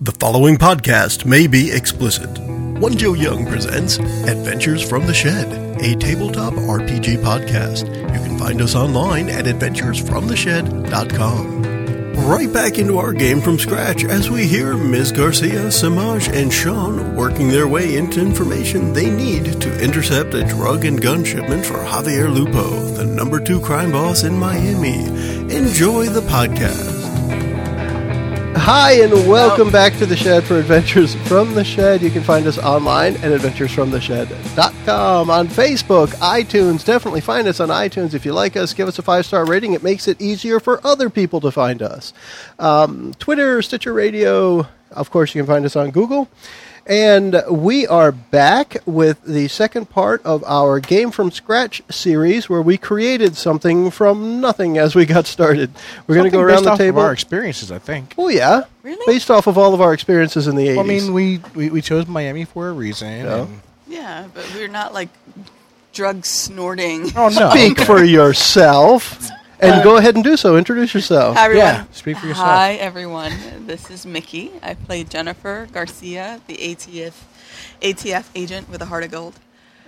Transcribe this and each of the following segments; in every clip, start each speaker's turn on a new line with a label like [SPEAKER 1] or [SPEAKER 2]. [SPEAKER 1] The following podcast may be explicit. One Joe Young presents Adventures from the Shed, a tabletop RPG podcast. You can find us online at adventuresfromtheshed.com. Right back into our game from scratch as we hear Ms. Garcia, Samaj, and Sean working their way into information they need to intercept a drug and gun shipment for Javier Lupo, the number two crime boss in Miami. Enjoy the podcast.
[SPEAKER 2] Hi, and welcome back to The Shed for Adventures from the Shed. You can find us online at adventuresfromtheshed.com, on Facebook, iTunes. Definitely find us on iTunes. If you like us, give us a five star rating. It makes it easier for other people to find us. Um, Twitter, Stitcher Radio, of course, you can find us on Google. And we are back with the second part of our Game from Scratch series where we created something from nothing as we got started. We're going to go
[SPEAKER 3] Something based
[SPEAKER 2] around the
[SPEAKER 3] off of
[SPEAKER 2] table.
[SPEAKER 3] our experiences, I think.
[SPEAKER 2] Oh yeah,
[SPEAKER 4] Really?
[SPEAKER 2] Based off of all of our experiences in the eighties.
[SPEAKER 3] Well, I mean, we, we, we chose Miami for a reason.
[SPEAKER 2] Yeah.
[SPEAKER 3] and-
[SPEAKER 4] Yeah, but we're not like drug snorting.
[SPEAKER 3] oh no!
[SPEAKER 2] speak for yourself, and go ahead and do so. Introduce yourself.
[SPEAKER 4] Hi everyone.
[SPEAKER 3] Yeah, speak for yourself.
[SPEAKER 4] Hi everyone. This is Mickey. I play Jennifer Garcia, the ATF ATF agent with a heart of gold.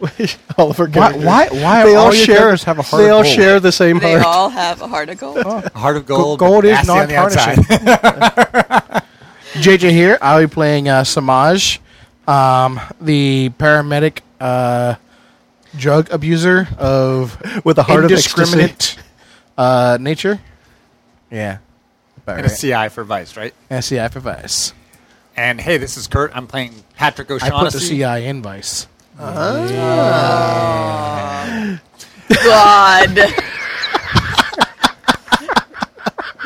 [SPEAKER 2] all of our
[SPEAKER 3] Why-
[SPEAKER 2] characters.
[SPEAKER 3] why- why
[SPEAKER 2] they
[SPEAKER 3] all
[SPEAKER 2] all
[SPEAKER 3] your
[SPEAKER 2] share?
[SPEAKER 3] characters have a heart
[SPEAKER 2] They
[SPEAKER 3] of
[SPEAKER 2] all
[SPEAKER 3] gold?
[SPEAKER 2] share the same
[SPEAKER 4] They
[SPEAKER 2] heart.
[SPEAKER 4] all have a heart of gold.
[SPEAKER 3] Oh.
[SPEAKER 5] Heart of
[SPEAKER 3] Go-
[SPEAKER 5] gold.
[SPEAKER 3] gold is
[SPEAKER 5] nasty
[SPEAKER 3] not
[SPEAKER 5] on the outside.
[SPEAKER 3] tarnishing.
[SPEAKER 6] JJ here. I'll be playing uh, Samaj, um, the paramedic uh, drug abuser of
[SPEAKER 2] With a heart of
[SPEAKER 6] indiscriminate uh, nature. Yeah. About
[SPEAKER 5] and a
[SPEAKER 6] right.
[SPEAKER 5] CI for Vice, right?
[SPEAKER 6] And a CI for Vice.
[SPEAKER 5] And hey, this is Kurt. I'm playing Patrick
[SPEAKER 6] I
[SPEAKER 5] O'Shaughnessy.
[SPEAKER 6] put the CI in Vice.
[SPEAKER 4] God.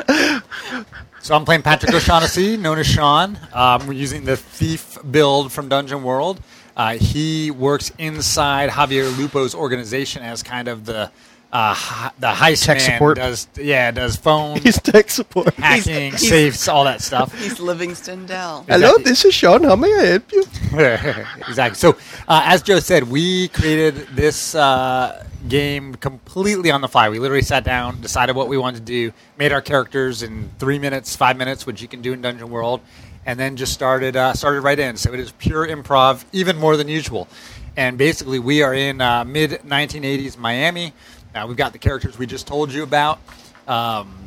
[SPEAKER 5] So I'm playing Patrick O'Shaughnessy, known as Sean. Um, we're using the thief build from Dungeon World. Uh, he works inside Javier Lupo's organization as kind of the uh, hi- the heist
[SPEAKER 6] Tech
[SPEAKER 5] man.
[SPEAKER 6] support.
[SPEAKER 5] Does yeah, does phone
[SPEAKER 2] He's tech support.
[SPEAKER 5] hacking,
[SPEAKER 4] he's-
[SPEAKER 5] safes, all that stuff.
[SPEAKER 4] He's Livingston Dell.
[SPEAKER 2] Hello, this is Sean. How may I help you?
[SPEAKER 5] exactly. So, uh, as Joe said, we created this uh, game completely on the fly. We literally sat down, decided what we wanted to do, made our characters in three minutes, five minutes, which you can do in Dungeon World, and then just started uh, started right in. So it is pure improv, even more than usual. And basically, we are in uh, mid 1980s Miami. Uh, we've got the characters we just told you about. Um,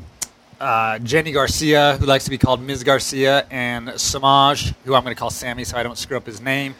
[SPEAKER 5] uh, Jenny Garcia, who likes to be called Ms. Garcia, and Samaj, who I'm going to call Sammy so I don't screw up his name,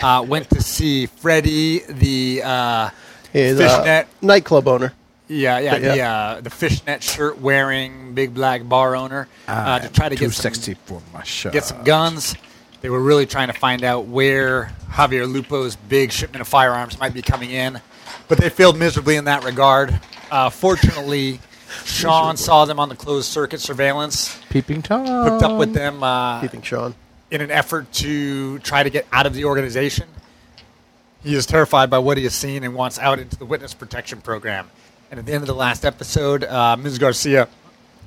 [SPEAKER 5] uh, went to see Freddie, the uh,
[SPEAKER 2] He's a
[SPEAKER 5] fishnet,
[SPEAKER 2] nightclub owner.
[SPEAKER 5] yeah, yeah, the
[SPEAKER 2] yeah.
[SPEAKER 5] uh, the fishnet shirt wearing big black bar owner uh, to try to
[SPEAKER 6] Too
[SPEAKER 5] get some,
[SPEAKER 6] sexy for my show.
[SPEAKER 5] get some guns. They were really trying to find out where Javier Lupo's big shipment of firearms might be coming in, but they failed miserably in that regard. Uh, fortunately, Sean saw them on the closed circuit surveillance
[SPEAKER 6] Peeping Tom.
[SPEAKER 5] hooked up
[SPEAKER 6] Um,
[SPEAKER 5] with them uh,
[SPEAKER 2] Keeping Sean.
[SPEAKER 5] in an effort to try to get out of the organization. He is terrified by what he has seen and wants out into the witness protection program. And at the end of the last episode, uh, Ms. Garcia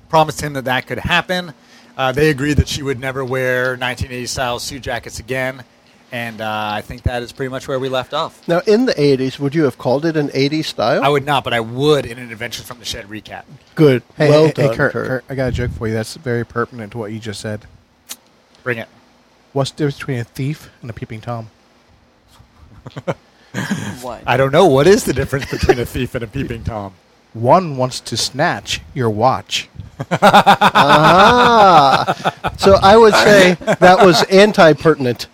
[SPEAKER 5] promised him that that could happen. Uh, they agreed that she would never wear 1980s style suit jackets again. And uh, I think that is pretty much where we left off.
[SPEAKER 2] Now, in the '80s, would you have called it an '80s style?
[SPEAKER 5] I would not, but I would in an Adventure from the Shed recap.
[SPEAKER 2] Good.
[SPEAKER 6] Hey,
[SPEAKER 2] well
[SPEAKER 6] hey,
[SPEAKER 2] done,
[SPEAKER 6] hey Kurt, Kurt. I got a joke for you that's very pertinent to what you just said.
[SPEAKER 5] Bring it.
[SPEAKER 6] What's the difference between a thief and a peeping Tom?
[SPEAKER 4] What?
[SPEAKER 5] I don't know. What is the difference between a thief and a peeping Tom?
[SPEAKER 6] One wants to snatch your watch.
[SPEAKER 2] So I would say that was anti-pertinent.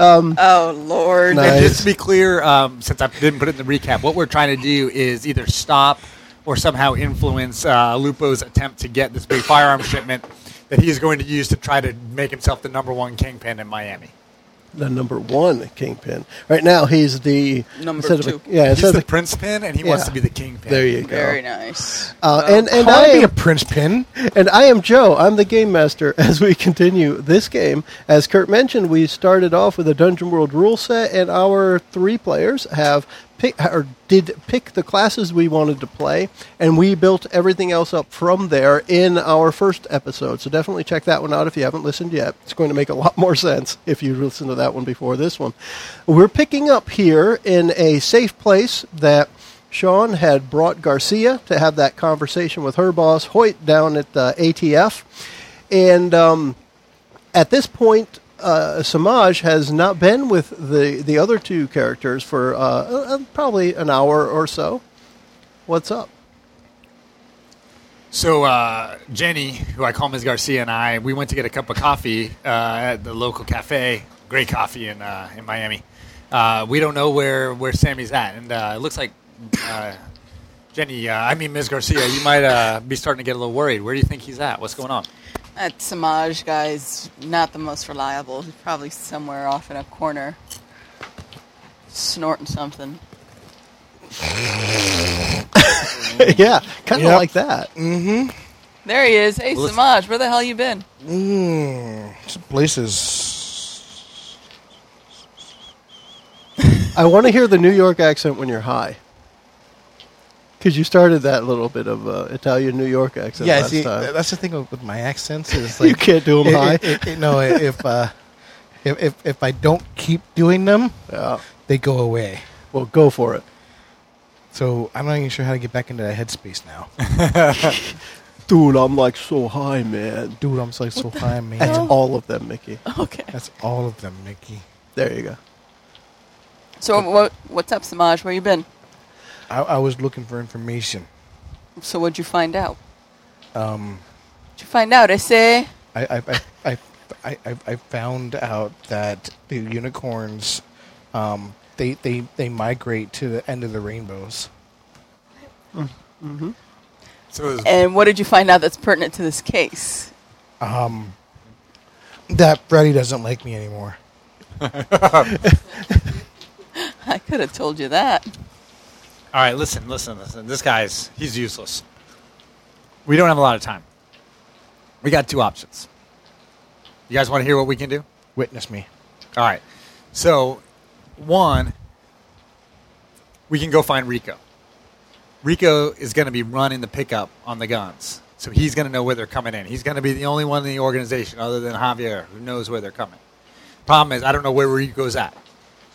[SPEAKER 4] Oh Lord.
[SPEAKER 2] No.
[SPEAKER 5] And
[SPEAKER 2] Nice.
[SPEAKER 5] just to be clear, um, since I didn't put it in the recap, what we're trying to do is either stop or somehow influence uh, Lupo's attempt to get this big firearm shipment that he is going to use to try to make himself the number one kingpin in Miami.
[SPEAKER 2] The number one kingpin. Right now, he's the
[SPEAKER 4] Number
[SPEAKER 2] instead of a-
[SPEAKER 4] two.
[SPEAKER 2] yeah,
[SPEAKER 5] He's
[SPEAKER 2] instead
[SPEAKER 5] the
[SPEAKER 2] of a-
[SPEAKER 5] prince pin, and he wants
[SPEAKER 2] Yeah.
[SPEAKER 5] to be the kingpin.
[SPEAKER 2] there you go.
[SPEAKER 4] Very nice.
[SPEAKER 2] Uh,
[SPEAKER 4] Well,
[SPEAKER 2] and and
[SPEAKER 6] Call
[SPEAKER 2] I
[SPEAKER 6] me
[SPEAKER 2] am,
[SPEAKER 6] a prince pin.
[SPEAKER 2] and I am Joe. I'm the game master. As we continue this game, as Kurt mentioned, we started off with a Dungeon World rule set, and our three players have pick or did pick the classes we wanted to play, and we built everything else up from there in our first episode. So definitely check that one out if you haven't listened yet. It's going to make a lot more sense if you listen to that one before this one. We're picking up here in a safe place that Sean had brought Garcia to have that conversation with her boss, Hoyt, down at uh, ATF. And um, at this point, uh, Samaj has not been with the, the other two characters for uh, uh, probably an hour or so. What's up?
[SPEAKER 5] So uh, Jenny, who I call Ms. Garcia, and I, we went to get a cup of coffee uh, at the local cafe. Great coffee in uh, in Miami. Uh, we don't know where where Sammy's at, and uh, it looks like uh, Jenny. Uh, I mean, Ms. Garcia, you might uh, be starting to get a little worried. Where do you think he's at? What's going on?
[SPEAKER 4] That Samaj guy's not the most reliable. He's probably somewhere off in a corner, snorting something.
[SPEAKER 2] yeah, kind of
[SPEAKER 6] Yep.
[SPEAKER 2] like that.
[SPEAKER 4] There he is. Hey,
[SPEAKER 5] Well,
[SPEAKER 4] Samaj, where the hell you been?
[SPEAKER 6] Hmm, Some places.
[SPEAKER 2] I want to hear the New York accent when you're high. Because you started that little bit of uh, Italian New York accent
[SPEAKER 6] yeah,
[SPEAKER 2] last
[SPEAKER 6] see,
[SPEAKER 2] time.
[SPEAKER 6] that's the thing with, with my accents is like
[SPEAKER 2] you can't do them
[SPEAKER 6] it-
[SPEAKER 2] high.
[SPEAKER 6] it- it- it- no, i- if uh, if, if if I don't keep doing them,
[SPEAKER 2] Yeah.
[SPEAKER 6] they go away.
[SPEAKER 2] Well, go for it.
[SPEAKER 6] So I'm not even sure how to get back into that headspace now,
[SPEAKER 2] Dude, I'm like so high, man.
[SPEAKER 6] dude. I'm so, like, so high, man.
[SPEAKER 2] That's all of them, Mickey.
[SPEAKER 4] Okay.
[SPEAKER 6] That's all of them, Mickey.
[SPEAKER 2] There you go.
[SPEAKER 4] So what? What's up, Samaj? Where you been?
[SPEAKER 6] I, I was looking for information.
[SPEAKER 4] So what'd you find out?
[SPEAKER 6] Um,
[SPEAKER 4] What'd you find out? I say.
[SPEAKER 6] I I I, I, I, I, I found out that the unicorns, um, they, they they migrate to the end of the rainbows.
[SPEAKER 5] So is,
[SPEAKER 4] And what did you find out that's pertinent to this case?
[SPEAKER 6] Um, that Freddy doesn't like me anymore.
[SPEAKER 4] I could have told you that.
[SPEAKER 5] all right, listen, listen, listen. This guy's he's useless. We don't have a lot of time. We got two options. You guys want to hear what we can do?
[SPEAKER 6] Witness me.
[SPEAKER 5] All right. So, one, we can go find Rico. Rico is going to be running the pickup on the guns. So he's going to know where they're coming in. He's going to be the only one in the organization other than Javier who knows where they're coming. Problem is, I don't know where Rico's at.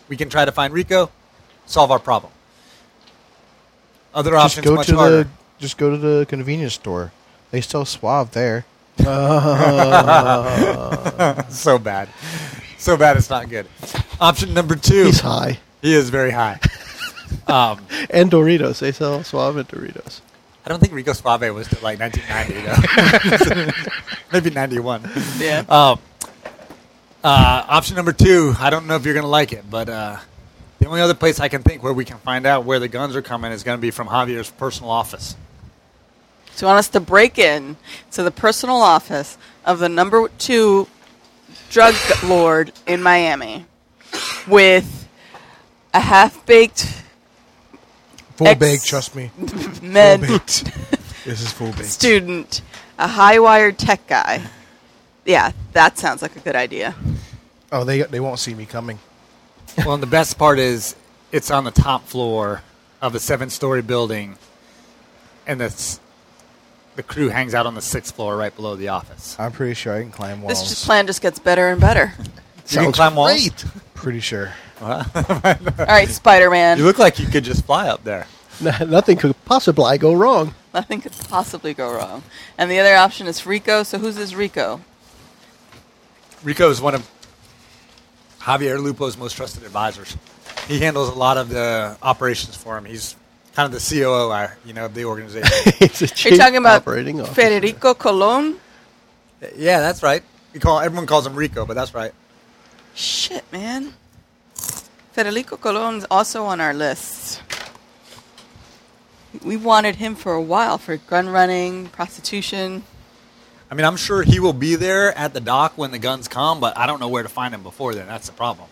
[SPEAKER 5] We can try to find Rico, solve our problem. Other
[SPEAKER 6] Just
[SPEAKER 5] options
[SPEAKER 6] go
[SPEAKER 5] much
[SPEAKER 6] to
[SPEAKER 5] harder.
[SPEAKER 6] the just go to the convenience store. They sell Suave there.
[SPEAKER 5] so bad. So bad it's not good. Option number two.
[SPEAKER 2] He's high.
[SPEAKER 5] He is very high. um,
[SPEAKER 2] And Doritos. They sell suave and Doritos.
[SPEAKER 5] I don't think Rico Suave was till like 1990, though. Maybe 91.
[SPEAKER 4] Yeah.
[SPEAKER 5] Um, uh, option number two, I don't know if you're going to like it, but uh, the only other place I can think where we can find out where the guns are coming is going to be from Javier's personal office.
[SPEAKER 4] So you want us to break in to the personal office of the number two drug lord in Miami with a half baked
[SPEAKER 6] Full
[SPEAKER 4] Ex-
[SPEAKER 6] baked, trust me. Full
[SPEAKER 4] med
[SPEAKER 6] baked. this is full baked.
[SPEAKER 4] student, a high wired tech guy. Yeah, that sounds like a good idea.
[SPEAKER 6] Oh, they they won't see me coming.
[SPEAKER 5] well, and the best part is it's on the top floor of a seven story building, and that's, the crew hangs out on the sixth floor right below the office.
[SPEAKER 6] I'm pretty sure I can climb walls.
[SPEAKER 4] This just plan just gets better and better.
[SPEAKER 5] you can climb walls?
[SPEAKER 6] pretty sure.
[SPEAKER 4] All right, Spider Man.
[SPEAKER 5] You look like you could just fly up there.
[SPEAKER 2] N- nothing could possibly go wrong.
[SPEAKER 4] Nothing could possibly go wrong. And the other option is Rico. So who's this Rico?
[SPEAKER 5] Rico is one of Javier Lupo's most trusted advisors. He handles a lot of the operations for him. He's kind of the COO, uh, you know, of the organization.
[SPEAKER 2] He's a
[SPEAKER 4] Are you
[SPEAKER 2] chief
[SPEAKER 4] talking about
[SPEAKER 2] operating officer.
[SPEAKER 4] Federico Colon?
[SPEAKER 5] yeah, that's right. You call everyone calls him Rico, but that's right.
[SPEAKER 4] Shit, man. Federico Colon's also on our list. We wanted him for a while for gun running, prostitution.
[SPEAKER 5] I mean, I'm sure he will be there at the dock when the guns come, but I don't know where to find him before then. That's the problem.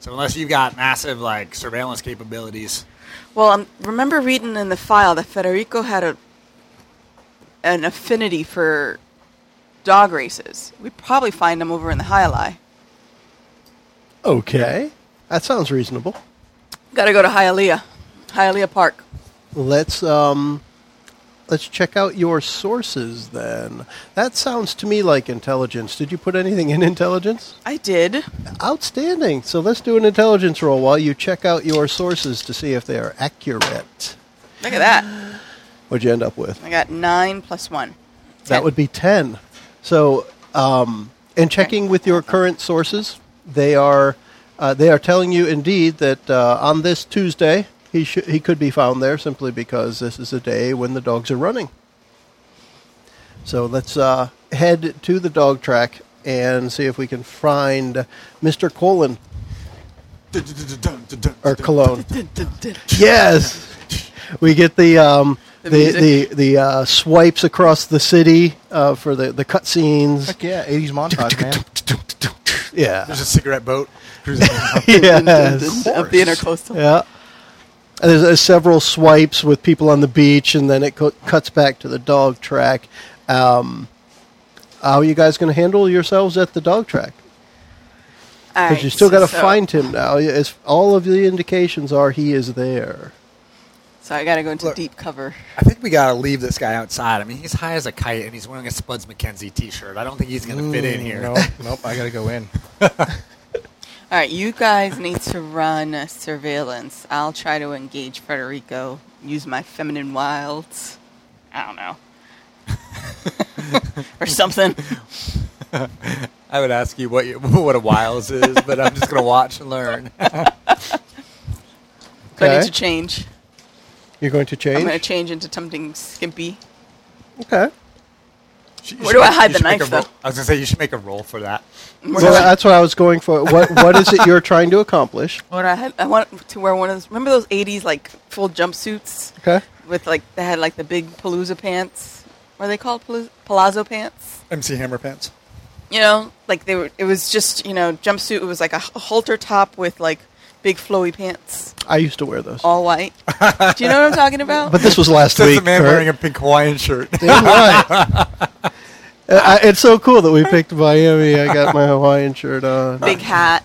[SPEAKER 5] So unless you've got massive like surveillance capabilities,
[SPEAKER 4] Well, I remember reading in the file that Federico had a an affinity for dog races. We'd probably find him over in the High Lie.
[SPEAKER 2] Okay. That sounds reasonable.
[SPEAKER 4] Got to go to Hialeah, Hialeah Park.
[SPEAKER 2] Let's um let's check out your sources then. That sounds to me like intelligence. Did you put anything in intelligence?
[SPEAKER 4] I did.
[SPEAKER 2] Outstanding. So let's do an intelligence roll while you check out your sources to see if they are accurate.
[SPEAKER 4] Look at that.
[SPEAKER 2] What'd you end up with?
[SPEAKER 4] I got nine plus one.
[SPEAKER 2] That would be 10. So, um, and checking with your current sources, they are uh, they are telling you indeed that uh, on this Tuesday he sh- he could be found there simply because this is a day when the dogs are running. So let's uh, head to the dog track and see if we can find Mr. Colon or Cologne. yes, we get the um, the
[SPEAKER 4] The
[SPEAKER 2] the
[SPEAKER 4] music.
[SPEAKER 2] the, uh, swipes across the city uh, for the the cutscenes.
[SPEAKER 6] Heck yeah, 80s montage, man.
[SPEAKER 2] Yeah,
[SPEAKER 5] There's a cigarette boat cruising. along.
[SPEAKER 2] yes,
[SPEAKER 4] Up the intercoastal.
[SPEAKER 2] yeah. And there's uh, several swipes with people on the beach, and then it co- cuts back to the dog track. Um, how are you guys going to handle yourselves at the dog track?
[SPEAKER 4] All
[SPEAKER 2] Because
[SPEAKER 4] right,
[SPEAKER 2] you still
[SPEAKER 4] so-
[SPEAKER 2] got to
[SPEAKER 4] so-
[SPEAKER 2] find him now. As all of the indications are, he is there.
[SPEAKER 4] So I got to go into
[SPEAKER 5] Look.
[SPEAKER 4] deep cover.
[SPEAKER 5] I think we gotta leave this guy outside. I mean, he's high as a kite and he's wearing a Spuds McKenzie T-shirt. I don't think he's gonna fit in here.
[SPEAKER 6] No, Mm, nope, I gotta go in.
[SPEAKER 4] All right, you guys need to run surveillance. I'll try to engage Federico. Use my feminine wilds. I don't know. or something.
[SPEAKER 5] I would ask you what you, what a Wiles is, but I'm just gonna watch and learn.
[SPEAKER 4] So I
[SPEAKER 2] Okay.
[SPEAKER 4] need to change.
[SPEAKER 2] You're going to change.
[SPEAKER 4] I'm going to change into something skimpy.
[SPEAKER 2] okay.
[SPEAKER 5] You
[SPEAKER 4] Where
[SPEAKER 5] should
[SPEAKER 4] do I
[SPEAKER 5] make-
[SPEAKER 4] hide
[SPEAKER 5] you
[SPEAKER 4] the
[SPEAKER 5] should make
[SPEAKER 4] knife,
[SPEAKER 5] a roll-
[SPEAKER 4] though?
[SPEAKER 5] I was gonna say you should make a roll for that.
[SPEAKER 4] Where do
[SPEAKER 2] Well,
[SPEAKER 4] I-
[SPEAKER 2] that's what I was going for. What what is it you're trying to accomplish?
[SPEAKER 4] What I had, I want to wear one of those. Remember those '80s like full jumpsuits
[SPEAKER 2] Okay.
[SPEAKER 4] with like they had like the big palooza pants. Were they called palooza, palazzo pants?
[SPEAKER 5] MC Hammer pants.
[SPEAKER 4] You know, like they were. It was just you know jumpsuit. It was like a h- halter top with like big flowy pants,
[SPEAKER 2] I used to wear those,
[SPEAKER 4] all white. Do you know what I'm talking about?
[SPEAKER 2] but this was last
[SPEAKER 5] That's
[SPEAKER 2] week.
[SPEAKER 5] a man
[SPEAKER 2] Kurt.
[SPEAKER 5] wearing a pink Hawaiian shirt.
[SPEAKER 2] Damn right. Uh, I- it's so cool that we picked Miami. I got my Hawaiian shirt on.
[SPEAKER 4] big hat.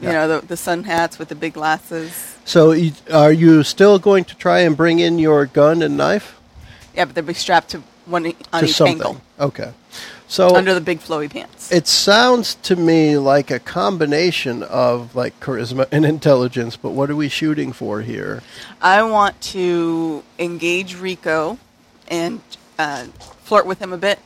[SPEAKER 4] You know the, the sun hats with the big glasses.
[SPEAKER 2] So, you, are you still going to try and bring in your gun and knife
[SPEAKER 4] Yeah, but they're big strapped to one e- on
[SPEAKER 2] to
[SPEAKER 4] each
[SPEAKER 2] something?
[SPEAKER 4] ankle
[SPEAKER 2] Okay. So
[SPEAKER 4] under the big flowy pants.
[SPEAKER 2] it sounds to me like a combination of like charisma and intelligence. But what are we shooting for here?
[SPEAKER 4] I want to engage Rico and uh, flirt with him a bit,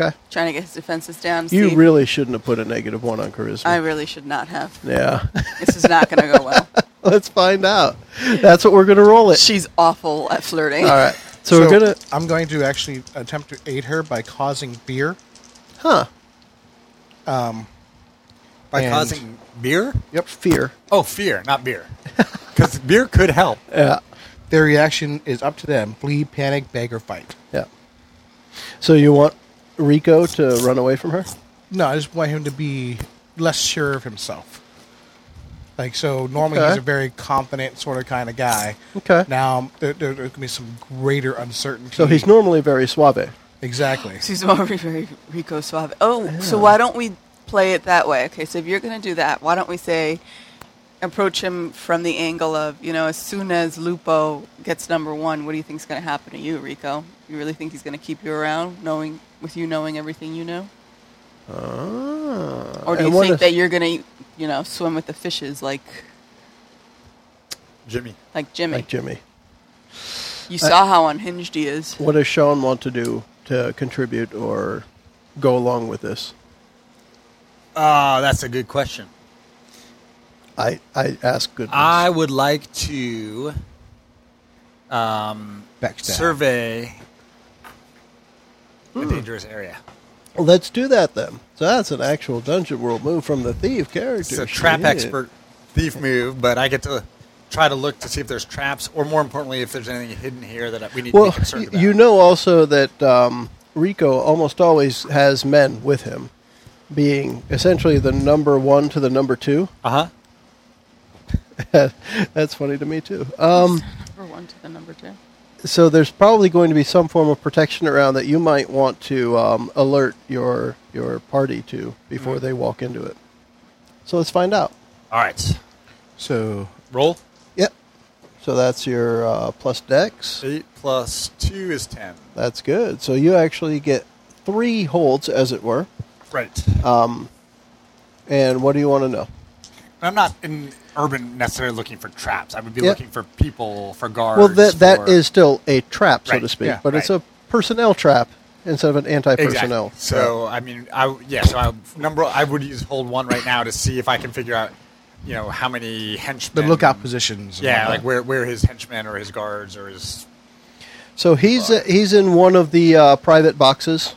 [SPEAKER 2] Okay.
[SPEAKER 4] trying to get his defenses down.
[SPEAKER 2] You
[SPEAKER 4] see-
[SPEAKER 2] really shouldn't have put a negative one on charisma.
[SPEAKER 4] I really should not have.
[SPEAKER 2] yeah.
[SPEAKER 4] This is not going to go well.
[SPEAKER 2] Let's find out. That's what we're going to roll it.
[SPEAKER 4] She's awful at flirting.
[SPEAKER 2] All right. So, we're going to.
[SPEAKER 6] I'm going to actually attempt to aid her by causing beer.
[SPEAKER 2] Huh.
[SPEAKER 5] By
[SPEAKER 6] And-
[SPEAKER 5] causing beer?
[SPEAKER 2] Yep. Fear.
[SPEAKER 5] Oh, fear, not beer. Because beer could help.
[SPEAKER 2] Yeah.
[SPEAKER 6] Their reaction is up to them: flee, panic, beg, or fight.
[SPEAKER 2] Yeah. So you want Rico to run away from her?
[SPEAKER 6] No, I just want him to be less sure of himself. Like so, normally
[SPEAKER 2] Okay.
[SPEAKER 6] he's a very confident sort of kind of guy.
[SPEAKER 2] Okay.
[SPEAKER 6] Now there, there, there can be some greater uncertainty.
[SPEAKER 2] So he's normally very suave.
[SPEAKER 6] exactly.
[SPEAKER 4] She's very, very Rico suave. Oh, so why don't we play it that way? Okay, so if you're going to do that, why don't we say approach him from the angle of, you know, as soon as Lupo gets number one, what do you think's going to happen to you, Rico? You really think he's going to keep you around, knowing with you knowing everything you know?
[SPEAKER 5] Uh,
[SPEAKER 4] Or do
[SPEAKER 2] And
[SPEAKER 4] you
[SPEAKER 2] what
[SPEAKER 4] think
[SPEAKER 2] if-
[SPEAKER 4] that you're going to, you know, swim with the fishes like
[SPEAKER 5] Jimmy.
[SPEAKER 4] like Jimmy?
[SPEAKER 2] Like Jimmy.
[SPEAKER 4] you saw how unhinged he is.
[SPEAKER 2] What does Sean want to do to contribute or go along with this?
[SPEAKER 5] Oh, that's a good question.
[SPEAKER 2] I, I ask goodness.
[SPEAKER 5] I would like to um,
[SPEAKER 6] Backstab.
[SPEAKER 5] survey a dangerous area.
[SPEAKER 2] Let's do that then. So that's an actual dungeon world move from the thief
[SPEAKER 5] It's
[SPEAKER 2] character.
[SPEAKER 5] a trap
[SPEAKER 2] Shit.
[SPEAKER 5] expert thief move, but I get to try to look to see if there's traps, or more importantly, if there's anything hidden here that we need to
[SPEAKER 2] Well,
[SPEAKER 5] be concerned
[SPEAKER 2] y-
[SPEAKER 5] about.
[SPEAKER 2] you know also that um, Rico almost always has men with him, being essentially the number one to the number two.
[SPEAKER 5] uh huh.
[SPEAKER 2] That's funny to me too. Um,
[SPEAKER 4] Number one to the number two.
[SPEAKER 2] so there's probably going to be some form of protection around that you might want to um, alert your your party to
[SPEAKER 5] Mm.
[SPEAKER 2] before they walk into it. So let's find out.
[SPEAKER 5] All right.
[SPEAKER 6] So
[SPEAKER 5] Roll.
[SPEAKER 2] Yep. So that's your uh, plus dex.
[SPEAKER 5] Eight plus two is ten.
[SPEAKER 2] That's good. So you actually get three holds, as it were.
[SPEAKER 5] Right.
[SPEAKER 2] And what do you want to know?
[SPEAKER 5] And I'm not in urban necessarily looking for traps. I would be
[SPEAKER 2] Yeah.
[SPEAKER 5] looking for people, for guards.
[SPEAKER 2] Well, that that
[SPEAKER 5] for-
[SPEAKER 2] is still a trap, so
[SPEAKER 5] Right,
[SPEAKER 2] to speak,
[SPEAKER 5] yeah,
[SPEAKER 2] but it's
[SPEAKER 5] right.
[SPEAKER 2] a personnel trap instead of an anti-personnel.
[SPEAKER 5] Exactly. So I mean, I yeah. So I number I would use hold one right now to see if I can figure out, you know, how many
[SPEAKER 6] the
[SPEAKER 5] henchmen
[SPEAKER 6] lookout positions. and
[SPEAKER 5] Yeah,
[SPEAKER 6] whatnot.
[SPEAKER 5] like where where his henchmen or his guards or his
[SPEAKER 2] So he's uh, he's in one of the uh, private boxes,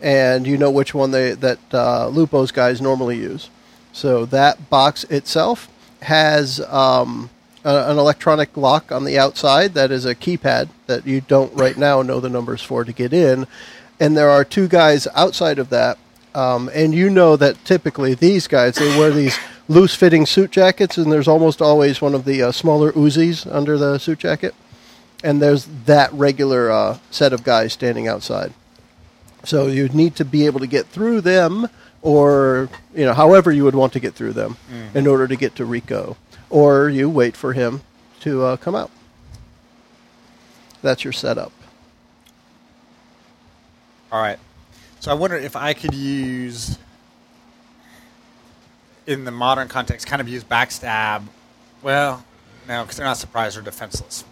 [SPEAKER 2] and you know which one they that uh, Lupo's guys normally use. So that box itself has um, a, an electronic lock on the outside that is a keypad that you don't right now know the numbers for to get in, and there are two guys outside of that. Um, and you know that typically these guys they wear these loose-fitting suit jackets, and there's almost always one of the uh, smaller Uzis under the suit jacket and there's that regular uh, set of guys standing outside. So you need to be able to get through them, or you know, however you would want to get through them, in order to get to Rico, or you wait for him to uh, come out. That's your setup.
[SPEAKER 5] All right. So I wonder if I could use, in the modern context, kind of use backstab. Well, no, because they're not surprised or defenseless.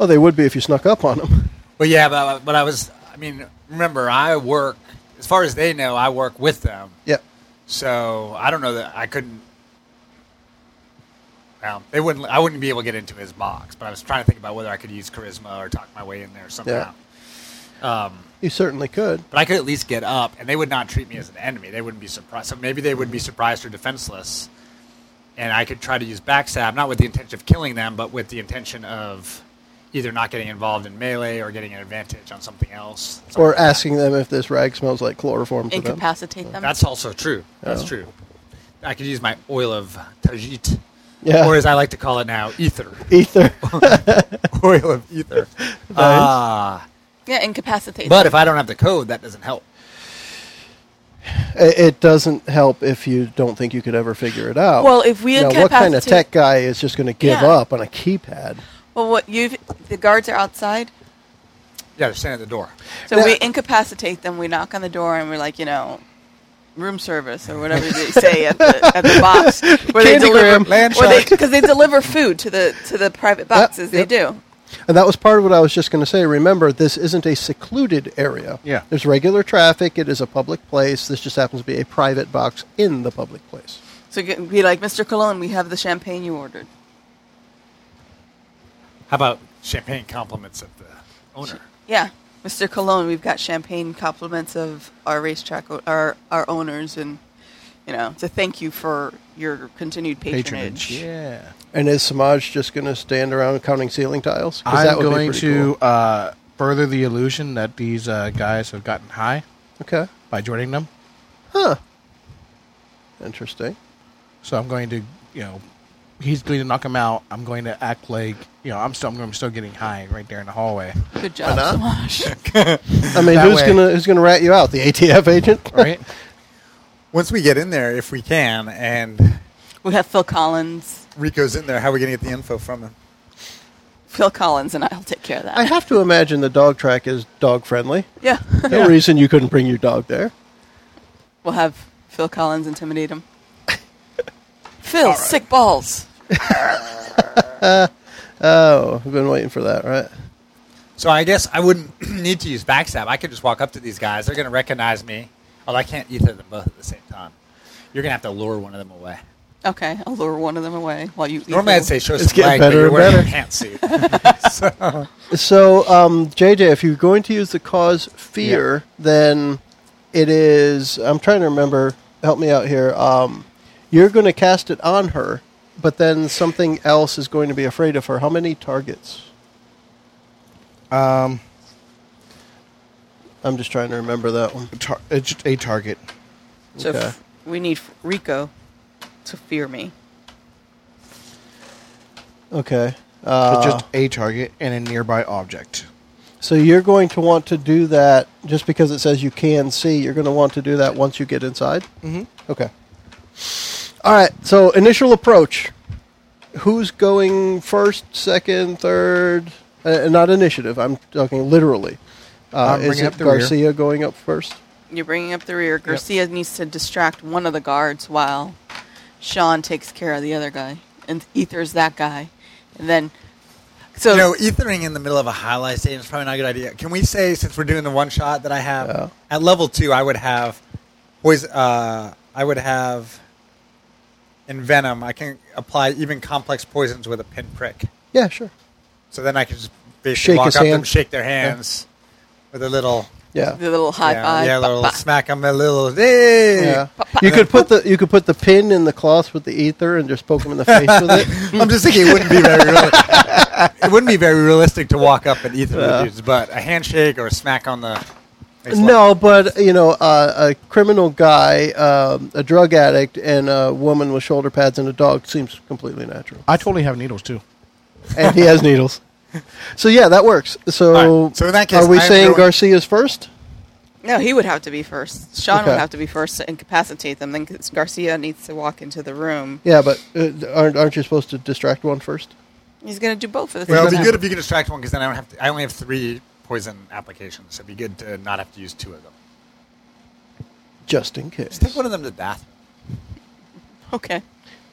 [SPEAKER 2] Oh, they would be if you snuck up on them.
[SPEAKER 5] But yeah, but, but I was. I mean, remember, I work as far as they know. I work with them,
[SPEAKER 2] yeah,
[SPEAKER 5] so I don't know that I couldn't. Well, they wouldn't. I wouldn't be able to get into his box. But I was trying to think about whether I could use charisma or talk my way in there somehow. Um,
[SPEAKER 2] you certainly could.
[SPEAKER 5] but I could at least get up, and they would not treat me as an enemy. They wouldn't be surprised. So maybe they would be surprised or defenseless, and I could try to use backstab, not with the intention of killing them, but with the intention of either not getting involved in melee or getting an advantage on something else. Something
[SPEAKER 2] Or
[SPEAKER 5] like that.
[SPEAKER 2] asking them if this rag smells like chloroform to them.
[SPEAKER 4] Incapacitate them.
[SPEAKER 5] That's also true. That's
[SPEAKER 2] Yeah.
[SPEAKER 5] true. I could use my oil of tajit,
[SPEAKER 2] Yeah. E-
[SPEAKER 5] or as I like to call it now, ether.
[SPEAKER 2] Ether.
[SPEAKER 5] oil of ether. Ah,
[SPEAKER 4] yeah, incapacitate
[SPEAKER 5] but
[SPEAKER 4] them.
[SPEAKER 5] if I don't have the code, that doesn't help.
[SPEAKER 2] it it doesn't help if you don't think you could ever figure it out.
[SPEAKER 4] Well, if we
[SPEAKER 2] now, what kind of
[SPEAKER 4] incapacitate-
[SPEAKER 2] tech guy is just going to give
[SPEAKER 4] Yeah.
[SPEAKER 2] up on a keypad?
[SPEAKER 4] well, what you the guards are outside,
[SPEAKER 5] Yeah, they're standing at the door.
[SPEAKER 4] so
[SPEAKER 2] Now-
[SPEAKER 4] we incapacitate them. We knock on the door and we're like, you know, room service or whatever they say at the at the box where they
[SPEAKER 2] Candy
[SPEAKER 4] deliver
[SPEAKER 2] gram, land
[SPEAKER 4] because they, deliver food to the to the private boxes.
[SPEAKER 2] yep.
[SPEAKER 4] They do.
[SPEAKER 2] And that was part of what I was just going to say. Remember, this isn't a secluded area.
[SPEAKER 6] Yeah.
[SPEAKER 2] There's regular traffic. It is a public place. This just happens to be a private box in the public place.
[SPEAKER 4] So you can be like, Mr. Cologne, we have the champagne you ordered.
[SPEAKER 5] How about champagne compliments of the owner?
[SPEAKER 4] Yeah, Mr. Cologne, we've got champagne compliments of our racetrack, o- our our owners, and you know, to thank you for your continued patronage.
[SPEAKER 6] patronage. Yeah,
[SPEAKER 2] And is Samaj just going to stand around counting ceiling tiles? 'Cause
[SPEAKER 6] I'm going
[SPEAKER 2] pretty
[SPEAKER 6] to uh, further the illusion that these uh, guys have gotten high
[SPEAKER 2] cool. Okay.
[SPEAKER 6] by joining them.
[SPEAKER 2] Huh. Interesting.
[SPEAKER 6] So I'm going to, you know, he's going to knock him out. I'm going to act like, you know, I'm still, I'm still getting high right there in the hallway,
[SPEAKER 4] Good job, Samaj.
[SPEAKER 2] I mean,
[SPEAKER 6] That
[SPEAKER 2] who's
[SPEAKER 6] way-
[SPEAKER 2] going to who's going to rat you out? The ATF agent?
[SPEAKER 6] right?
[SPEAKER 5] Once we get in there, if we can, and
[SPEAKER 4] we have Phil Collins.
[SPEAKER 5] Rico's in there, how are we going to get the info from him?
[SPEAKER 4] Phil Collins and I'll take care of that.
[SPEAKER 2] I have to imagine the dog track is dog friendly.
[SPEAKER 4] yeah,
[SPEAKER 2] No reason you couldn't bring your dog there.
[SPEAKER 4] we'll have Phil Collins intimidate him. Phil, sick balls.
[SPEAKER 2] Oh, I've been waiting for that, right?
[SPEAKER 5] So I guess I wouldn't need to use backstab. I could just walk up to these guys. They're going to recognize me. Although I can't ether them both at the same time. You're going to have to lure one of them away.
[SPEAKER 4] Okay, I'll lure one of them away while you.
[SPEAKER 5] Normally I'd say show
[SPEAKER 2] It's
[SPEAKER 5] some
[SPEAKER 2] getting
[SPEAKER 5] leg, but
[SPEAKER 2] better
[SPEAKER 5] you're
[SPEAKER 2] and
[SPEAKER 5] wearing
[SPEAKER 2] better.
[SPEAKER 5] a pantsuit.
[SPEAKER 2] So, um, JJ, if you're going to use the cause fear, then it is. I'm trying to remember. Help me out here. Um, you're going to cast it on her, but then something else is going to be afraid of her. How many targets?
[SPEAKER 6] Um,
[SPEAKER 2] I'm just trying to remember that one.
[SPEAKER 6] tar- it's just a target.
[SPEAKER 4] So
[SPEAKER 2] Okay.
[SPEAKER 4] f- we need f- Rico to fear me.
[SPEAKER 2] Okay.
[SPEAKER 6] It's
[SPEAKER 2] Uh,
[SPEAKER 6] just a target and a nearby object.
[SPEAKER 2] so you're going to want to do that just because it says you can see. You're going to want to do that once you get inside. Mm-hmm. Okay. All right. So initial approach. Who's going first, second, third? Uh, not initiative. I'm talking literally. Uh,
[SPEAKER 6] I'm
[SPEAKER 2] is
[SPEAKER 6] bringing
[SPEAKER 2] it
[SPEAKER 6] up the rear.
[SPEAKER 2] Garcia going up first?
[SPEAKER 4] You're bringing up the rear. Garcia needs to distract one of the guards while Sean takes care of the other guy, and Ether's that guy, and then so
[SPEAKER 5] You know, ethering in the middle of a highlight stadium is probably not a good idea. Can we say, since we're doing the one shot that I have
[SPEAKER 2] Yeah.
[SPEAKER 5] at level two, I would have, poison, uh, I would have, in venom, I can apply even complex poisons with a pinprick.
[SPEAKER 2] Yeah, sure.
[SPEAKER 5] So then I can just
[SPEAKER 2] Shake
[SPEAKER 5] basically walk
[SPEAKER 2] his
[SPEAKER 5] up to them,
[SPEAKER 2] hand.
[SPEAKER 5] shake their hands with a little,
[SPEAKER 2] Yeah.
[SPEAKER 4] the little high
[SPEAKER 5] e- yeah,
[SPEAKER 4] five.
[SPEAKER 5] yeah, a little
[SPEAKER 4] ba- ba-
[SPEAKER 5] smack them a little. Hey!
[SPEAKER 2] Yeah. You could put the you could put the pin in the cloth with the ether and just poke him in the face with it.
[SPEAKER 5] I'm just thinking it wouldn't be very real- it wouldn't be very realistic to walk up and ether the dudes, but a handshake or a smack on the face like
[SPEAKER 2] No, but you know, uh, a criminal guy, um, a drug addict, and a woman with shoulder pads and a dog seems completely natural.
[SPEAKER 6] I totally have needles too.
[SPEAKER 2] And he has needles. So yeah, that works. So,
[SPEAKER 5] All right. So in that case,
[SPEAKER 2] are we
[SPEAKER 5] I am
[SPEAKER 2] saying
[SPEAKER 5] going-
[SPEAKER 2] Garcia's first?
[SPEAKER 4] No, he would have to be first. Sean
[SPEAKER 2] Okay.
[SPEAKER 4] would have to be first to incapacitate them. Then Garcia needs to walk into the room.
[SPEAKER 2] Yeah, but uh, aren't aren't you supposed to distract one first?
[SPEAKER 4] He's going to do both at the same
[SPEAKER 5] Well, it'd be
[SPEAKER 4] time.
[SPEAKER 5] good if you could distract one because then I don't have. To, I only have three poison applications. So it'd be good to not have to use two of them.
[SPEAKER 2] Just in case.
[SPEAKER 5] Just take one of them to the bathroom.
[SPEAKER 4] Okay.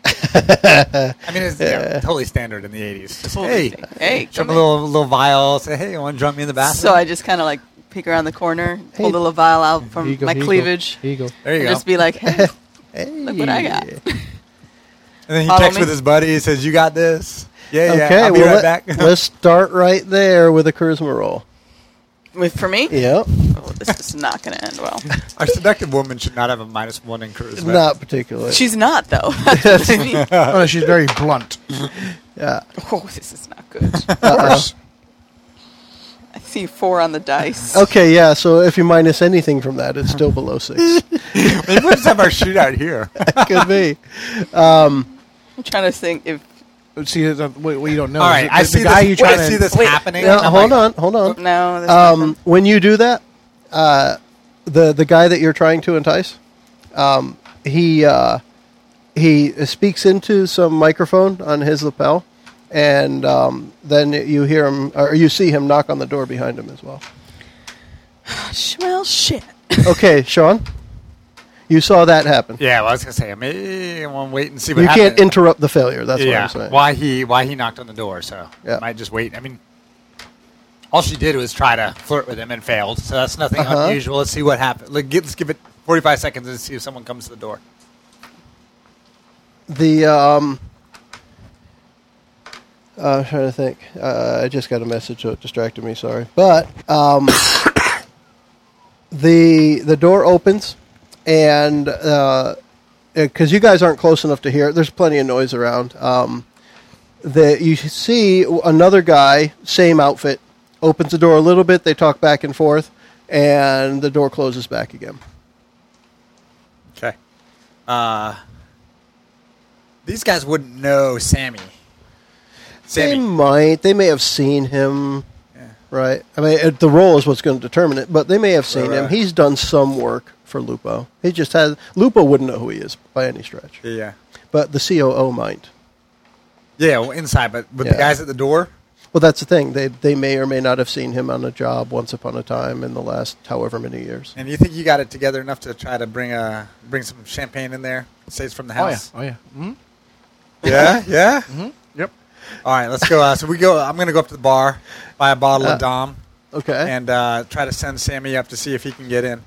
[SPEAKER 5] I mean, it's you know, totally standard in the '80s. Just, hey,
[SPEAKER 4] Hey,
[SPEAKER 5] show
[SPEAKER 4] come
[SPEAKER 5] them a little little vial. Say, hey, you want to join me in the
[SPEAKER 4] in.
[SPEAKER 5] bathroom?
[SPEAKER 4] So I just kind of like peek around the corner, pull the little vial out from
[SPEAKER 6] Here you go,
[SPEAKER 4] my
[SPEAKER 6] here you go,
[SPEAKER 4] cleavage,
[SPEAKER 6] Here you go.
[SPEAKER 5] there you
[SPEAKER 4] and
[SPEAKER 5] go.
[SPEAKER 4] just be like, hey, look what I
[SPEAKER 2] Hey.
[SPEAKER 4] got.
[SPEAKER 5] and then he
[SPEAKER 4] follow
[SPEAKER 5] texts
[SPEAKER 4] me.
[SPEAKER 5] with his buddy. He says, "You got this." Yeah, yeah.
[SPEAKER 2] Okay,
[SPEAKER 5] I'll be
[SPEAKER 2] well,
[SPEAKER 5] right
[SPEAKER 2] let,
[SPEAKER 5] back.
[SPEAKER 2] us start right there with a charisma roll.
[SPEAKER 4] Wait, for me?
[SPEAKER 2] Yeah,
[SPEAKER 4] Oh, this is not going to end well.
[SPEAKER 5] Our seductive woman should not have a minus one in charisma.
[SPEAKER 2] not particularly.
[SPEAKER 4] She's not, though. That's what I mean.
[SPEAKER 6] oh, no, she's very blunt.
[SPEAKER 4] Oh, this is not good.
[SPEAKER 6] Of course.
[SPEAKER 4] I see four on the dice.
[SPEAKER 2] Okay, yeah. So if you minus anything from that, it's still below six.
[SPEAKER 5] Maybe we'll just have our shootout here.
[SPEAKER 2] Could be.
[SPEAKER 4] I'm trying to think if.
[SPEAKER 6] See, uh, what, what you don't know.
[SPEAKER 5] All
[SPEAKER 6] is
[SPEAKER 5] right,
[SPEAKER 6] that
[SPEAKER 5] I
[SPEAKER 6] the
[SPEAKER 5] see,
[SPEAKER 6] guy you
[SPEAKER 5] this,
[SPEAKER 6] try
[SPEAKER 5] I
[SPEAKER 6] to-
[SPEAKER 5] see this
[SPEAKER 4] Wait,
[SPEAKER 5] happening.
[SPEAKER 2] Now,
[SPEAKER 5] and I'm
[SPEAKER 2] hold
[SPEAKER 5] like,
[SPEAKER 2] on, hold on.
[SPEAKER 4] No, this
[SPEAKER 2] Um, when you do that, uh, the the guy that you're trying to entice, um, he uh, he speaks into some microphone on his lapel, and um, then you hear him or you see him knock on the door behind him as well.
[SPEAKER 4] doesn't- well, shit.
[SPEAKER 2] Okay, Sean, you saw that happen.
[SPEAKER 5] Yeah, well, I was gonna say, I may want to wait and see what
[SPEAKER 2] you
[SPEAKER 5] happens.
[SPEAKER 2] can't interrupt the failure. That's
[SPEAKER 5] yeah,
[SPEAKER 2] what I'm saying.
[SPEAKER 5] why he why he knocked on the door. So
[SPEAKER 2] Yeah.
[SPEAKER 5] might just wait. I mean, all she did was try to flirt with him and failed. So that's nothing
[SPEAKER 2] Uh-huh.
[SPEAKER 5] unusual. Let's see what happens. Like, gi- let's give it forty five seconds and see if someone comes to the door.
[SPEAKER 2] The um, uh, I'm trying to think. Uh, I just got a message, so it distracted me. Sorry, but um, the the door opens, and because you guys aren't close enough to hear it, there's plenty of noise around. Um, that you see another guy, same outfit, opens the door a little bit. They talk back and forth, and the door closes back again.
[SPEAKER 5] Okay. Uh, these guys wouldn't know Sammy.
[SPEAKER 2] They
[SPEAKER 5] Sammy.
[SPEAKER 2] might. They may have seen him.
[SPEAKER 5] Yeah.
[SPEAKER 2] Right. I mean, it, the role is what's going to determine it, but they may have seen
[SPEAKER 5] Right,
[SPEAKER 2] him.
[SPEAKER 5] right.
[SPEAKER 2] He's done some work for Lupo. He just has Lupo wouldn't know who he is by any stretch,
[SPEAKER 5] Yeah.
[SPEAKER 2] but the COO might.
[SPEAKER 5] Yeah. Well, inside, but but
[SPEAKER 2] Yeah.
[SPEAKER 5] the guys at the door.
[SPEAKER 2] Well, that's the thing. They they may or may not have seen him on a job once upon a time in the last however many years.
[SPEAKER 5] And you think you got it together enough to try to bring a bring some champagne in there? Say it's from the
[SPEAKER 6] Oh yeah.
[SPEAKER 5] house.
[SPEAKER 6] Oh yeah. Mhm.
[SPEAKER 5] Yeah, yeah.
[SPEAKER 2] Mm-hmm.
[SPEAKER 5] Yep. All right, let's go. Uh, so we go. I'm gonna go up to the bar, buy a bottle
[SPEAKER 2] Uh, eh?
[SPEAKER 5] of Dom,
[SPEAKER 2] Okay.
[SPEAKER 5] and uh, try to send Sammy up to see if he can get in.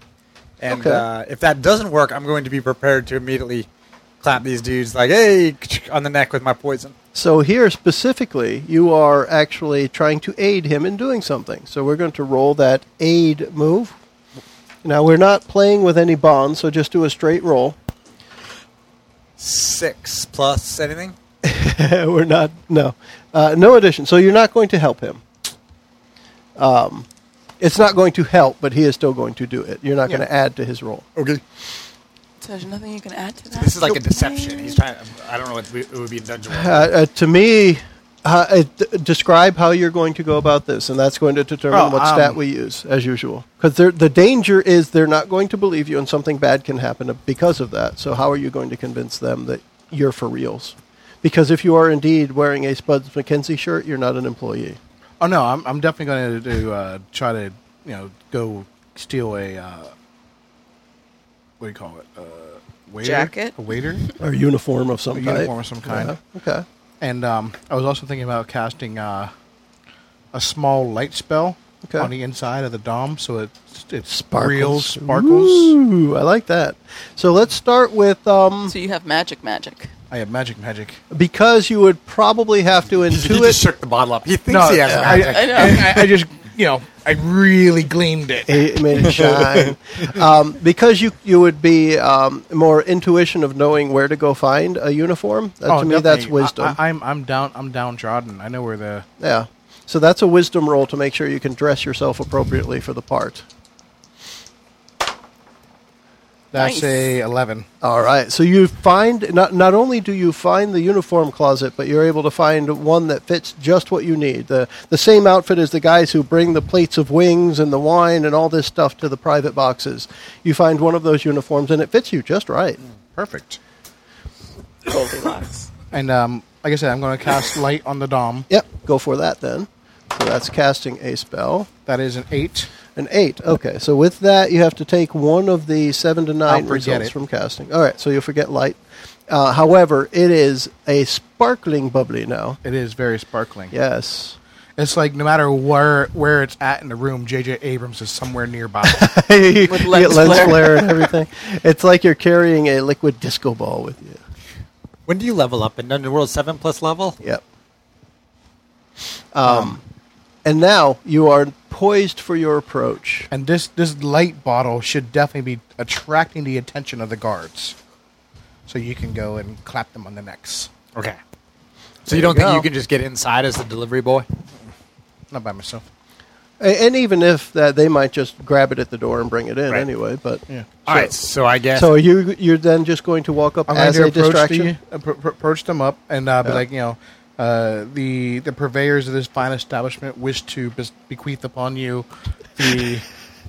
[SPEAKER 5] And
[SPEAKER 2] Okay.
[SPEAKER 5] uh, if that doesn't work, I'm going to be prepared to immediately clap these dudes like, "Hey!" on the neck with my poison.
[SPEAKER 2] so here specifically, you are actually trying to aid him in doing something. So we're going to roll that aid move. Now we're not playing with any bonds, so just do a straight roll.
[SPEAKER 5] Six plus anything.
[SPEAKER 2] We're not. No, uh, no addition. So you're not going to help him. Um, it's not going to help, but he is still going to do it. You're not going to add to his role.
[SPEAKER 5] Okay.
[SPEAKER 4] So there's nothing you can add to that.
[SPEAKER 5] This is like a deception. He's trying. I don't know what it would be in dungeon.
[SPEAKER 2] Uh, uh, to me, uh, uh, d- describe how you're going to go about this, and that's going to determine
[SPEAKER 6] Oh,
[SPEAKER 2] what
[SPEAKER 6] um,
[SPEAKER 2] stat we use, as usual. Because the danger is they're not going to believe you, and something bad can happen because of that. So how are you going to convince them that you're for reals? Because if you are indeed wearing a Spuds McKenzie shirt, you're not an employee.
[SPEAKER 6] Oh no, I'm, I'm definitely going to do uh, try to you know go steal a uh, what do you call it? Uh, waiter,
[SPEAKER 4] Jacket?
[SPEAKER 6] a waiter,
[SPEAKER 2] Or uniform of some
[SPEAKER 6] A
[SPEAKER 2] kind.
[SPEAKER 6] uniform of some kind.
[SPEAKER 2] Yeah, Okay.
[SPEAKER 6] and um, I was also thinking about casting uh, a small light spell
[SPEAKER 2] Okay.
[SPEAKER 6] on the inside of the dom, so it it
[SPEAKER 2] Sparkles.
[SPEAKER 6] reels, sparkles.
[SPEAKER 2] Ooh, I like that. So let's start with um,
[SPEAKER 4] So you have magic, magic.
[SPEAKER 6] I have magic, magic.
[SPEAKER 2] because you would probably have to
[SPEAKER 5] he just
[SPEAKER 2] intuit
[SPEAKER 5] shook the bottle up. He thinks he has
[SPEAKER 6] I,
[SPEAKER 5] magic.
[SPEAKER 4] I know.
[SPEAKER 6] I, I just you know I really gleamed it.
[SPEAKER 2] it made it shine. um, because you you would be um, more intuition of knowing where to go find a uniform. That, to me, that's
[SPEAKER 6] Oh, definitely.
[SPEAKER 2] wisdom.
[SPEAKER 6] I, am I'm down. I'm downtrodden. I know where the.
[SPEAKER 2] yeah. So that's a wisdom roll to make sure you can dress yourself appropriately for the part.
[SPEAKER 6] That's
[SPEAKER 4] Nice.
[SPEAKER 6] a eleven.
[SPEAKER 2] All right. So you find not not only do you find the uniform closet, but you're able to find one that fits just what you need. the The same outfit as the guys who bring the plates of wings and the wine and all this stuff to the private boxes. You find one of those uniforms, and it fits you just right.
[SPEAKER 6] Mm. Perfect.
[SPEAKER 4] Goldilocks.
[SPEAKER 6] And um, like I said, I'm going to cast light on the dom.
[SPEAKER 2] Yep. Go for that then. So that's casting a spell.
[SPEAKER 6] That is an eight.
[SPEAKER 2] An eight. Okay. So with that, you have to take one of the seven to nine
[SPEAKER 6] forget
[SPEAKER 2] results
[SPEAKER 6] it.
[SPEAKER 2] from casting. All right. So you'll forget light. Uh, however, it is a sparkling bubbly now.
[SPEAKER 6] It is very sparkling.
[SPEAKER 2] Yes.
[SPEAKER 6] It's like no matter where where it's at in the room, JJ Abrams is somewhere nearby.
[SPEAKER 2] with
[SPEAKER 4] With
[SPEAKER 2] lens,
[SPEAKER 4] lens
[SPEAKER 2] lens
[SPEAKER 4] flare.
[SPEAKER 2] flare and everything. It's like you're carrying a liquid disco ball with you.
[SPEAKER 5] When do you level up in Underworld Seven plus level?
[SPEAKER 2] Yep. Um, and now you are poised for your approach.
[SPEAKER 6] and this this light bottle should definitely be attracting the attention of the guards. So you can go and clap them on the necks.
[SPEAKER 5] Okay. So you don't think
[SPEAKER 2] go.
[SPEAKER 5] you can just get inside as the delivery boy?
[SPEAKER 6] Not by myself.
[SPEAKER 2] A- And even if that, they might just grab it at the door and bring it in
[SPEAKER 5] Right.
[SPEAKER 2] anyway. But
[SPEAKER 6] Yeah.
[SPEAKER 5] All right. So I guess.
[SPEAKER 2] so are you you're then just going to walk up
[SPEAKER 6] I'm
[SPEAKER 2] as a
[SPEAKER 6] going to approach,
[SPEAKER 2] distraction.
[SPEAKER 6] the, appro- appro- approach them up and uh, be
[SPEAKER 2] Yeah.
[SPEAKER 6] like, you know, uh, the the purveyors of this fine establishment wish to bes- bequeath upon you the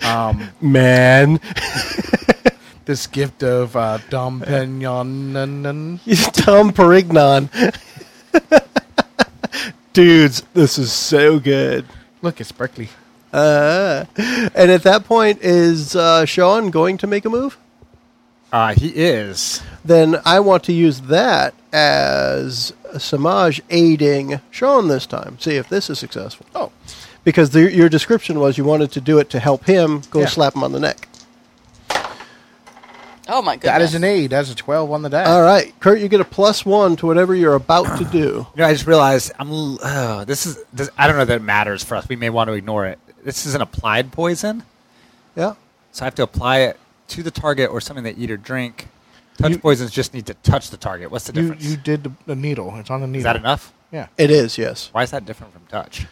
[SPEAKER 6] um,
[SPEAKER 2] Man,
[SPEAKER 6] this gift of uh, Dom Pignon.
[SPEAKER 2] Tom Perignon. Dudes, this is so good.
[SPEAKER 6] Look, it's Berkeley.
[SPEAKER 2] Uh, and at that point, is uh, Sean going to make a move?
[SPEAKER 5] uh, he is.
[SPEAKER 2] then I want to use that as Samaj aiding Sean this time. See if this is successful. Oh, because the, your description was you wanted to do it to help him. Go
[SPEAKER 6] Yeah.
[SPEAKER 2] slap him on the neck.
[SPEAKER 4] Oh my goodness.
[SPEAKER 6] That is an A. That is a 12 on the die.
[SPEAKER 2] All right, Kurt, you get a plus one to whatever you're about to do.
[SPEAKER 5] You know, I just realized I'm. l- Oh, this is. This, I don't know that it matters for us. We may want to ignore it. This is an applied poison,
[SPEAKER 2] Yeah.
[SPEAKER 5] so I have to apply it to the target or something they eat or drink. Touch poisons just need to touch the target. What's the
[SPEAKER 6] You,
[SPEAKER 5] difference?
[SPEAKER 6] you did the, the needle. It's on the needle.
[SPEAKER 5] is that enough?
[SPEAKER 6] Yeah.
[SPEAKER 2] It is, yes.
[SPEAKER 5] Why is that different from touch?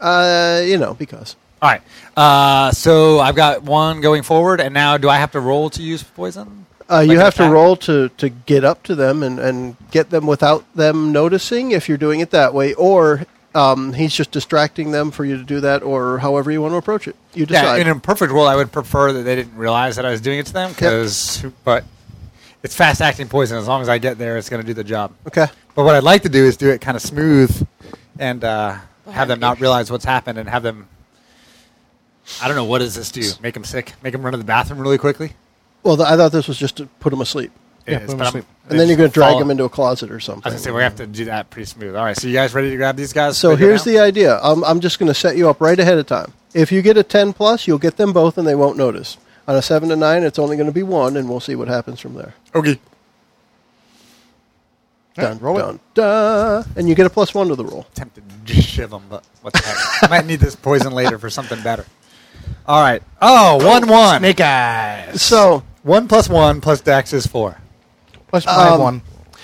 [SPEAKER 2] Uh, you know, because.
[SPEAKER 5] All right. Uh, so I've got one going forward, and now do I have to roll to use poison?
[SPEAKER 2] Uh,
[SPEAKER 5] Like
[SPEAKER 2] you
[SPEAKER 5] an
[SPEAKER 2] have to
[SPEAKER 5] attack?
[SPEAKER 2] roll to, to get up to them and, and get them without them noticing if you're doing it that way, or um, he's just distracting them for you to do that, or however you want to approach it. You
[SPEAKER 5] Yeah,
[SPEAKER 2] decide.
[SPEAKER 5] in a perfect world, I would prefer that they didn't realize that I was doing it to them. Because, but it's fast acting poison. As long as I get there, it's going to do the job.
[SPEAKER 2] okay.
[SPEAKER 5] But what I'd like to do is do it kind of smooth, and uh, have
[SPEAKER 4] Behind
[SPEAKER 5] them not
[SPEAKER 4] you.
[SPEAKER 5] realize what's happened, and have them. I don't know what does this do. Make them sick. Make them run to the bathroom really quickly.
[SPEAKER 2] Well, th- I thought this was just to put them asleep,
[SPEAKER 5] It
[SPEAKER 6] Yeah,
[SPEAKER 5] is,
[SPEAKER 6] put 'em
[SPEAKER 5] but I'm-
[SPEAKER 6] asleep.
[SPEAKER 2] and then you're going to drag
[SPEAKER 5] follow-
[SPEAKER 2] them into a closet or
[SPEAKER 5] I
[SPEAKER 2] something.
[SPEAKER 5] was gonna say we have to do that pretty smooth. All right, so you guys ready to grab these guys?
[SPEAKER 2] so
[SPEAKER 5] Figure it
[SPEAKER 2] here's
[SPEAKER 5] out?
[SPEAKER 2] the uh, idea. I'm, I'm just going to set you up right ahead of time. If you get a ten plus, you'll get them both, and they won't notice. On a seven to nine, it's only going to be one, and we'll see what happens from there.
[SPEAKER 5] okay.
[SPEAKER 2] Dun, dun, dun. And you get a plus one to the roll.
[SPEAKER 5] Tempted to just shiv them, but what the heck? I might need this poison later for something better. All right. Oh, one one.
[SPEAKER 6] Snake eyes.
[SPEAKER 2] So
[SPEAKER 5] One plus one plus Dax is four.
[SPEAKER 6] Plus my
[SPEAKER 2] Um,
[SPEAKER 6] one.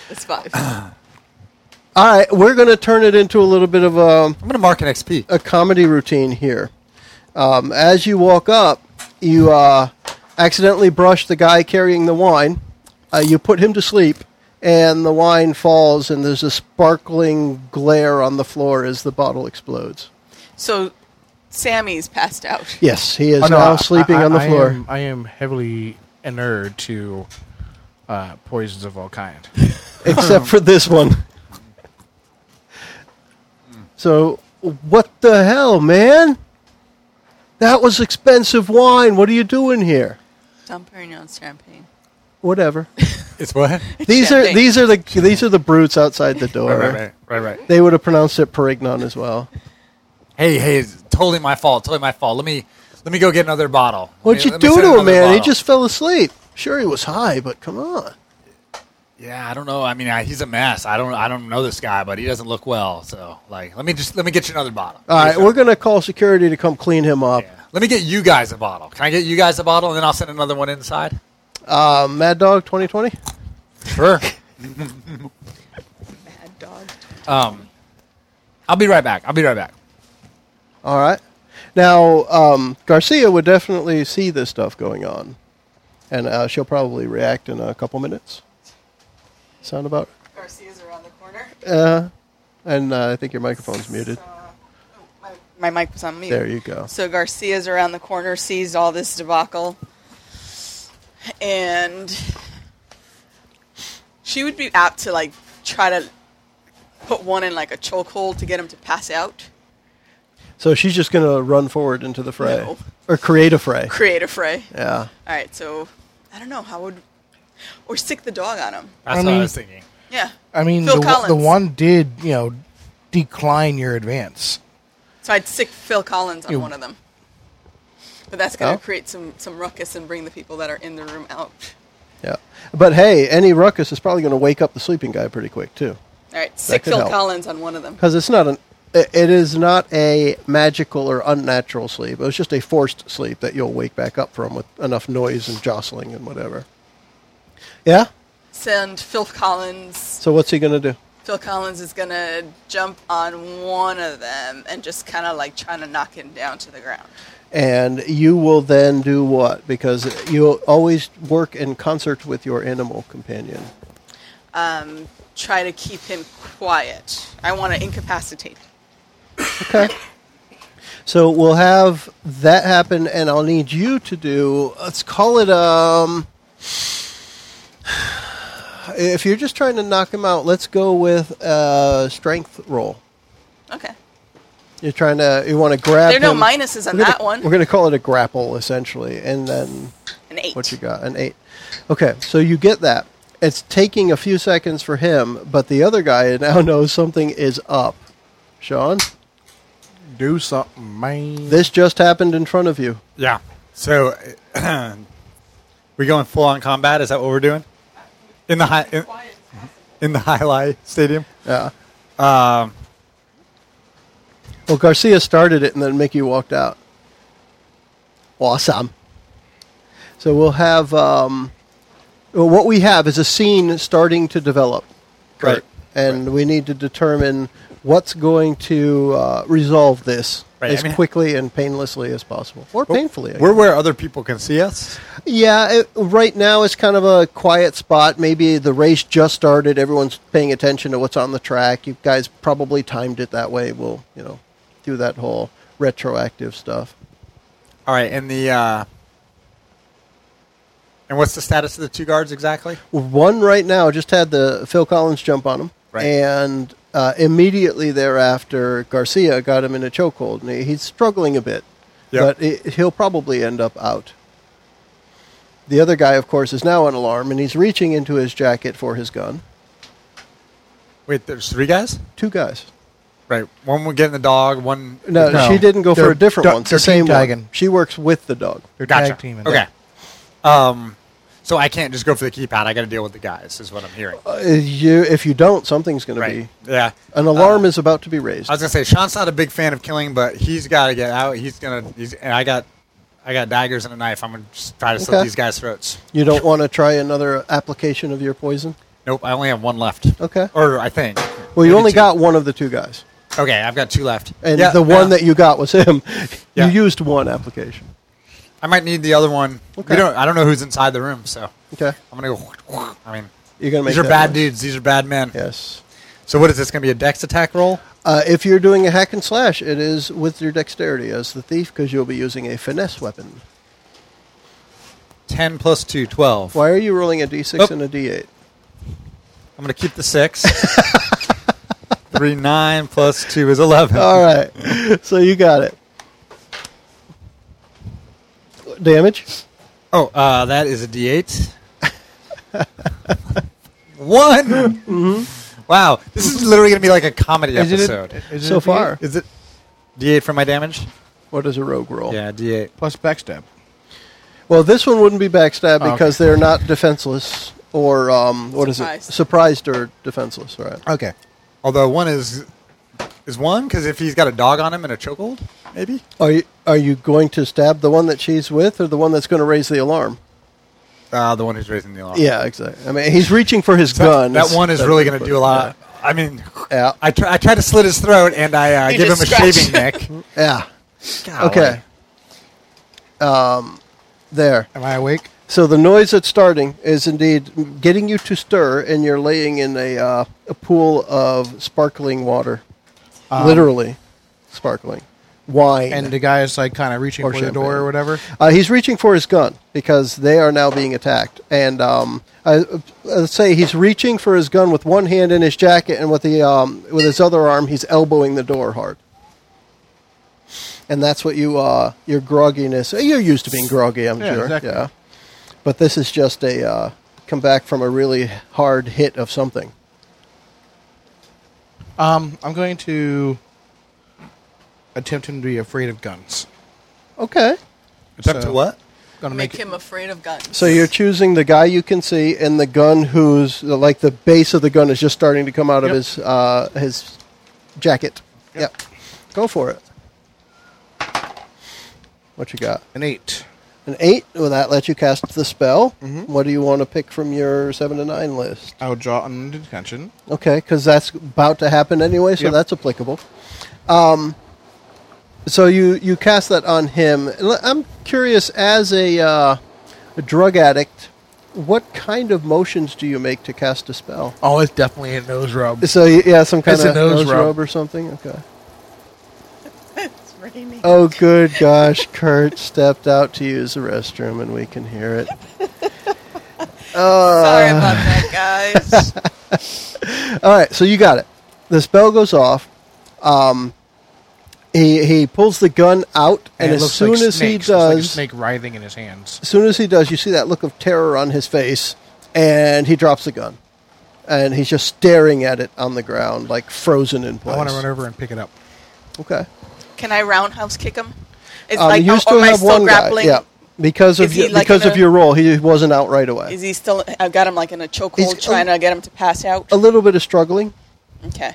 [SPEAKER 4] It's five.
[SPEAKER 2] All right, we're going to turn it into a little bit of a,
[SPEAKER 5] I'm gonna mark an XP.
[SPEAKER 2] a comedy routine here. Um, as you walk up, you uh, accidentally brush the guy carrying the wine. Uh, you put him to sleep, and the wine falls, and there's a sparkling glare on the floor as the bottle explodes.
[SPEAKER 4] so Sammy's passed out.
[SPEAKER 2] Yes, he is
[SPEAKER 6] Oh, no,
[SPEAKER 2] now
[SPEAKER 6] I-
[SPEAKER 2] sleeping
[SPEAKER 6] I-
[SPEAKER 2] on the
[SPEAKER 6] I
[SPEAKER 2] floor.
[SPEAKER 6] am- I am heavily inured to uh, poisons of all kind.
[SPEAKER 2] except for this one. So, what the hell, man? That was expensive wine. What are you doing here?
[SPEAKER 4] Dom Perignon champagne.
[SPEAKER 2] whatever.
[SPEAKER 5] It's what?
[SPEAKER 2] These are
[SPEAKER 4] champagne.
[SPEAKER 2] these are the these are the brutes outside the door.
[SPEAKER 5] Right, right, right, right, right.
[SPEAKER 2] They would have pronounced it perignon as well.
[SPEAKER 5] Hey, hey, it's totally my fault. Totally my fault. Let me let me go get another bottle. Let
[SPEAKER 2] What'd
[SPEAKER 5] me-
[SPEAKER 2] you
[SPEAKER 5] let me
[SPEAKER 2] do
[SPEAKER 5] send
[SPEAKER 2] to him,
[SPEAKER 5] another
[SPEAKER 2] man? He
[SPEAKER 5] bottle.
[SPEAKER 2] just fell asleep. Sure, he was high, but come on.
[SPEAKER 5] Yeah, I don't know. I mean, I, he's a mess. I don't I don't know this guy, but he doesn't look well. So like, let me just let me get you another bottle.
[SPEAKER 2] All right, we're gonna call security to come clean him up.
[SPEAKER 5] Yeah. Let me get you guys a bottle. Can I get you guys a bottle and then I'll send another one inside?
[SPEAKER 2] Uh, Mad Dog 2020.
[SPEAKER 5] Sure.
[SPEAKER 4] Mad dog.
[SPEAKER 5] um, I'll be right back. I'll be right back.
[SPEAKER 2] All right. Now um, Garcia would definitely see this stuff going on, and uh, she'll probably react in a couple minutes. Sound about?
[SPEAKER 4] Garcia's around the corner.
[SPEAKER 2] Uh, and uh, I think your microphone's muted.
[SPEAKER 4] So, oh, my, my mic was on mute.
[SPEAKER 2] There you go.
[SPEAKER 4] So Garcia's around the corner, sees all this debacle, and she would be apt to like try to put one in like a chokehold to get him to pass out.
[SPEAKER 2] So she's just gonna run forward into the fray,
[SPEAKER 4] No.
[SPEAKER 2] or create a fray.
[SPEAKER 4] Create a fray.
[SPEAKER 2] Yeah.
[SPEAKER 4] All right, so I don't know how would or stick the dog on him.
[SPEAKER 5] That's
[SPEAKER 6] I
[SPEAKER 5] what
[SPEAKER 6] mean-
[SPEAKER 5] I was thinking.
[SPEAKER 4] Yeah,
[SPEAKER 6] I mean,
[SPEAKER 4] Phil
[SPEAKER 6] the, one- the
[SPEAKER 4] Collins.
[SPEAKER 6] one did, you know, decline your advance.
[SPEAKER 4] so I'd stick Phil Collins on
[SPEAKER 6] You-
[SPEAKER 4] one of them. But that's gonna
[SPEAKER 2] Oh.
[SPEAKER 4] create some some ruckus and bring the people that are in the room out.
[SPEAKER 2] Yeah. But hey, any ruckus is probably gonna wake up the sleeping guy pretty quick too,
[SPEAKER 4] All right, stick
[SPEAKER 2] could
[SPEAKER 4] Phil
[SPEAKER 2] help.
[SPEAKER 4] Collins on one of them.
[SPEAKER 2] because it's not an. i- It is not a magical or unnatural sleep. It was just a forced sleep that you'll wake back up from with enough noise and jostling and whatever. Yeah.
[SPEAKER 4] Send Phil Collins
[SPEAKER 2] So what's he gonna do?
[SPEAKER 4] Phil Collins is gonna jump on one of them and just kind of like trying to knock him down to the ground.
[SPEAKER 2] And you will then do what? Because you always work in concert with your animal companion.
[SPEAKER 4] Um, try to keep him quiet. I want to incapacitate.
[SPEAKER 2] Okay. So we'll have that happen, and I'll need you to do. Let's call it. Um, if you're just trying to knock him out, let's go with uh, strength roll.
[SPEAKER 4] Okay.
[SPEAKER 2] You're trying to. You want to grab.
[SPEAKER 4] There are no
[SPEAKER 2] him.
[SPEAKER 4] minuses on
[SPEAKER 2] We're gonna-
[SPEAKER 4] that one.
[SPEAKER 2] We're going to call it a grapple essentially, and then
[SPEAKER 4] An eight.
[SPEAKER 2] What you got? An eight. Okay, so you get that. It's taking a few seconds for him, but the other guy now knows something is up. Sean,
[SPEAKER 6] Do something, man.
[SPEAKER 2] this just happened in front of you.
[SPEAKER 5] Yeah. So, we going full on combat? Is that what we're doing? In the high in, in the highlight stadium.
[SPEAKER 2] Yeah.
[SPEAKER 5] Um,
[SPEAKER 2] Well, Garcia started it, and then Mickey walked out. Awesome. So we'll have um, well, what we have is a scene starting to develop,
[SPEAKER 5] Right.
[SPEAKER 2] And we need to determine what's going to uh, resolve this
[SPEAKER 5] Right,
[SPEAKER 2] as
[SPEAKER 5] I mean-
[SPEAKER 2] quickly and painlessly as possible, or painfully. I
[SPEAKER 5] we're where other people can see us.
[SPEAKER 2] Yeah, it, right now it's kind of a quiet spot. Maybe the race just started. Everyone's paying attention to what's on the track. You guys probably timed it that way. We'll, you know, do that whole retroactive stuff.
[SPEAKER 5] All right, and the uh, and what's the status of the two guards exactly?
[SPEAKER 2] One right now just had the Phil Collins jump on him,
[SPEAKER 5] Right.
[SPEAKER 2] and uh, immediately thereafter Garcia got him in a chokehold, and he, he's struggling a bit,
[SPEAKER 5] Yep.
[SPEAKER 2] but it, he'll probably end up out. The other guy, of course, is now on alarm, and he's reaching into his jacket for his gun.
[SPEAKER 5] Wait, there's three guys.
[SPEAKER 2] Two guys.
[SPEAKER 5] Right, one would get in the dog. One
[SPEAKER 2] No,
[SPEAKER 6] No.
[SPEAKER 2] she didn't go for
[SPEAKER 6] They're-
[SPEAKER 2] a different
[SPEAKER 6] they're-
[SPEAKER 2] one. It's the
[SPEAKER 6] they're
[SPEAKER 2] same
[SPEAKER 6] team
[SPEAKER 2] one.
[SPEAKER 6] tagging.
[SPEAKER 2] She works with the dog.
[SPEAKER 6] They're
[SPEAKER 5] gotcha.
[SPEAKER 6] tag teaming.
[SPEAKER 5] Okay, um, so I can't just go for the keypad. I got to deal with the guys. Is what I'm hearing.
[SPEAKER 2] Uh, you, if you don't, something's going
[SPEAKER 5] right. Uh,
[SPEAKER 2] to be.
[SPEAKER 5] Yeah.
[SPEAKER 2] An alarm is about to be raised.
[SPEAKER 5] I was gonna say Sean's not a big fan of killing, but he's got to get out. He's gonna. He's, and I got, I got daggers and a knife. I'm gonna just try to slit
[SPEAKER 2] Okay.
[SPEAKER 5] these guys' throats.
[SPEAKER 2] you don't want to try another application of your poison.
[SPEAKER 5] Nope, I only have one left.
[SPEAKER 2] Okay.
[SPEAKER 5] Or I think.
[SPEAKER 2] Well, you
[SPEAKER 5] Maybe
[SPEAKER 2] only
[SPEAKER 5] two.
[SPEAKER 2] got one of the two guys,
[SPEAKER 5] Okay, I've got two left.
[SPEAKER 2] and
[SPEAKER 5] Yeah,
[SPEAKER 2] the one
[SPEAKER 5] yeah.
[SPEAKER 2] that you got was him.
[SPEAKER 5] Yeah.
[SPEAKER 2] You used one application.
[SPEAKER 5] I might need the other one.
[SPEAKER 2] Okay.
[SPEAKER 5] We don't. I don't know who's inside the room, so
[SPEAKER 2] Okay,
[SPEAKER 5] I'm gonna go. I mean,
[SPEAKER 2] you're going to make.
[SPEAKER 5] these are
[SPEAKER 2] that
[SPEAKER 5] bad
[SPEAKER 2] one.
[SPEAKER 5] dudes. These are bad men.
[SPEAKER 2] Yes.
[SPEAKER 5] So what is this gonna be? A dex attack roll?
[SPEAKER 2] Uh, if you're doing a hack and slash, it is with your dexterity as the thief because you'll be using a finesse weapon.
[SPEAKER 5] Ten plus two, 12.
[SPEAKER 2] Why are you rolling a d6
[SPEAKER 5] Oop.
[SPEAKER 2] and a d8?
[SPEAKER 5] I'm gonna keep the six. Three nine plus two is eleven.
[SPEAKER 2] All right. So you got it. Damage?
[SPEAKER 5] Oh, uh, that is a D8. One.
[SPEAKER 2] Mm-hmm.
[SPEAKER 5] Wow, this is literally gonna be like a comedy
[SPEAKER 6] Is it a-
[SPEAKER 5] episode.
[SPEAKER 6] is it
[SPEAKER 2] So
[SPEAKER 6] a D8?
[SPEAKER 2] far.
[SPEAKER 5] Is it D8 for my damage?
[SPEAKER 2] What is a rogue roll?
[SPEAKER 5] Yeah, D8.
[SPEAKER 6] Plus backstab.
[SPEAKER 2] Well, this one wouldn't be backstab
[SPEAKER 5] Oh,
[SPEAKER 6] Okay.
[SPEAKER 2] because they're not defenseless or um, what is
[SPEAKER 4] Surprised.
[SPEAKER 2] it? Surprised or defenseless, right?
[SPEAKER 6] Okay.
[SPEAKER 5] Although one is is one because if he's got a dog on him and a chokehold, maybe.
[SPEAKER 2] Are you are you going to stab the one that she's with or the one that's going to raise the alarm?
[SPEAKER 5] Uh, the one who's raising the alarm.
[SPEAKER 2] Yeah, exactly. I mean, he's reaching for his
[SPEAKER 5] So
[SPEAKER 2] gun.
[SPEAKER 5] That one is really going to do a lot. I mean,
[SPEAKER 2] Yeah.
[SPEAKER 5] I, try, I tried to slit his throat and I uh,
[SPEAKER 4] You
[SPEAKER 5] give him
[SPEAKER 4] just
[SPEAKER 5] a
[SPEAKER 4] scratch.
[SPEAKER 5] shaving neck.
[SPEAKER 2] Yeah.
[SPEAKER 5] Golly.
[SPEAKER 2] Okay. Um, there.
[SPEAKER 6] Am I awake?
[SPEAKER 2] So the noise that's starting is indeed getting you to stir, and you're laying in a, uh, a pool of sparkling water, literally sparkling wine.
[SPEAKER 6] And the guy is like kind of reaching
[SPEAKER 2] Or
[SPEAKER 6] for the door
[SPEAKER 2] champagne.
[SPEAKER 6] or whatever.
[SPEAKER 2] Uh, he's reaching for his gun because they are now being attacked. And um, I, let's say he's reaching for his gun with one hand in his jacket, and with the um, with his other arm, he's elbowing the door hard. And that's what you uh, your grogginess. uh, You're used to being groggy, I'm
[SPEAKER 6] Yeah,
[SPEAKER 2] sure.
[SPEAKER 6] exactly.
[SPEAKER 2] Yeah. But this is just a uh, come back from a really hard hit of something.
[SPEAKER 6] Um, I'm going to attempt him to be afraid of guns.
[SPEAKER 2] Okay.
[SPEAKER 5] Attempt
[SPEAKER 6] So-
[SPEAKER 5] to what?
[SPEAKER 6] Gonna
[SPEAKER 4] Make
[SPEAKER 6] make,
[SPEAKER 4] him afraid of guns.
[SPEAKER 2] So you're choosing the guy you can see, and the gun who's like the base of the gun is just starting to come out of
[SPEAKER 6] Yep.
[SPEAKER 2] his uh, his jacket. Yep. Go for it. What you got?
[SPEAKER 6] an eight.
[SPEAKER 2] An eight. Will that let you cast the spell? What do you want to pick from your seven to nine list?
[SPEAKER 6] I would draw unlimited attention.
[SPEAKER 2] Okay, because that's about to happen anyway, so
[SPEAKER 6] Yep.
[SPEAKER 2] that's applicable. Um, so you you cast that on him. L- I'm curious, as a, uh, a drug addict, what kind of motions do you make to cast a spell?
[SPEAKER 3] Oh, it's definitely a nose rub.
[SPEAKER 2] So y- yeah, some kind
[SPEAKER 3] It's a
[SPEAKER 2] of
[SPEAKER 3] nose rub.
[SPEAKER 2] or something. Okay.
[SPEAKER 4] It's raining.
[SPEAKER 2] Oh, good gosh, Kurt stepped out to use the restroom, and we can hear it.
[SPEAKER 4] Sorry about that, guys.
[SPEAKER 2] All right, so you got it. The spell goes off. Um, he he pulls the gun out, and,
[SPEAKER 6] it
[SPEAKER 2] as
[SPEAKER 6] looks
[SPEAKER 2] soon
[SPEAKER 6] like
[SPEAKER 2] as he
[SPEAKER 6] snakes. It's like a
[SPEAKER 2] does,
[SPEAKER 6] snake writhing in his hands.
[SPEAKER 2] as soon as he does, you see that look of terror on his face, and he drops the gun, and he's just staring at it on the ground, like frozen in place.
[SPEAKER 6] I want to run over and pick it up.
[SPEAKER 2] Okay,
[SPEAKER 4] Can I roundhouse kick him? It's
[SPEAKER 2] Um,
[SPEAKER 4] like,
[SPEAKER 2] you
[SPEAKER 4] oh,
[SPEAKER 2] still
[SPEAKER 4] am I
[SPEAKER 2] have
[SPEAKER 4] still
[SPEAKER 2] one
[SPEAKER 4] grappling?
[SPEAKER 2] guy. Yeah, because of
[SPEAKER 4] Is he,
[SPEAKER 2] your,
[SPEAKER 4] like,
[SPEAKER 2] because
[SPEAKER 4] in
[SPEAKER 2] of
[SPEAKER 4] a-
[SPEAKER 2] your role, he wasn't out right away.
[SPEAKER 4] Is he still? I've got him like in a chokehold,
[SPEAKER 2] He's-
[SPEAKER 4] trying to get him to pass out.
[SPEAKER 2] a little bit of struggling.
[SPEAKER 4] Okay.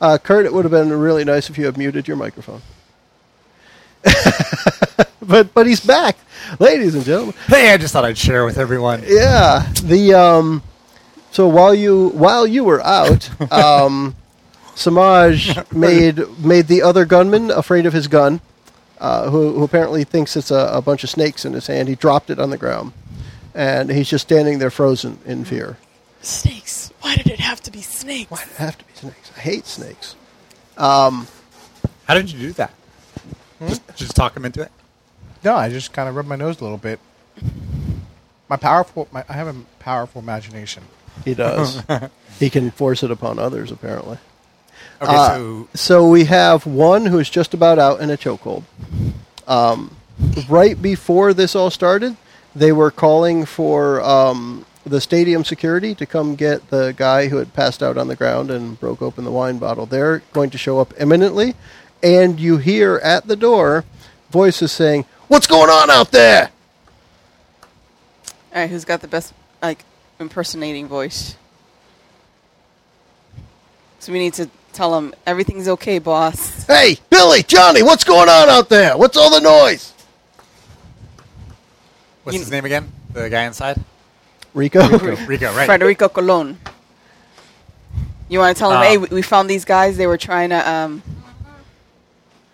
[SPEAKER 2] Uh, Kurt, it would have been really nice if you had muted your microphone. but but he's back, ladies and gentlemen.
[SPEAKER 5] Hey, I just thought I'd share with everyone.
[SPEAKER 2] Yeah, the um, so while you while you were out, um, Samaj made made the other gunman afraid of his gun, uh, who, who apparently thinks it's a, a bunch of snakes in his hand. He dropped it on the ground, and he's just standing there frozen in fear.
[SPEAKER 4] Snakes. Why did it have to be snakes?
[SPEAKER 2] Why do it have to be snakes? I hate snakes. Um,
[SPEAKER 5] How did you do that?
[SPEAKER 2] Hmm?
[SPEAKER 5] Just, just talk him into it.
[SPEAKER 6] No, I just kind of rubbed my nose a little bit. My powerful, my, I have a powerful imagination.
[SPEAKER 2] He does. he can force it upon others, apparently.
[SPEAKER 5] Okay,
[SPEAKER 2] Uh,
[SPEAKER 5] so
[SPEAKER 2] so we have one who is just about out in a chokehold. Um, right before this all started, they were calling for um, the stadium security to come get the guy who had passed out on the ground and broke open the wine bottle. They're going to show up imminently, and you hear at the door voices saying, "What's going on out there?"
[SPEAKER 4] All right. Who's got the best like impersonating voice? So we need to tell him everything's okay, boss.
[SPEAKER 2] Hey, Billy, Johnny, what's going on out there? What's all the noise?
[SPEAKER 5] what's his name again? The guy inside?
[SPEAKER 2] Rico.
[SPEAKER 5] Rico, right?
[SPEAKER 4] Frederico Colon. You want to tell him,
[SPEAKER 5] Uh,
[SPEAKER 4] hey, we, we found these guys. They were trying to, um,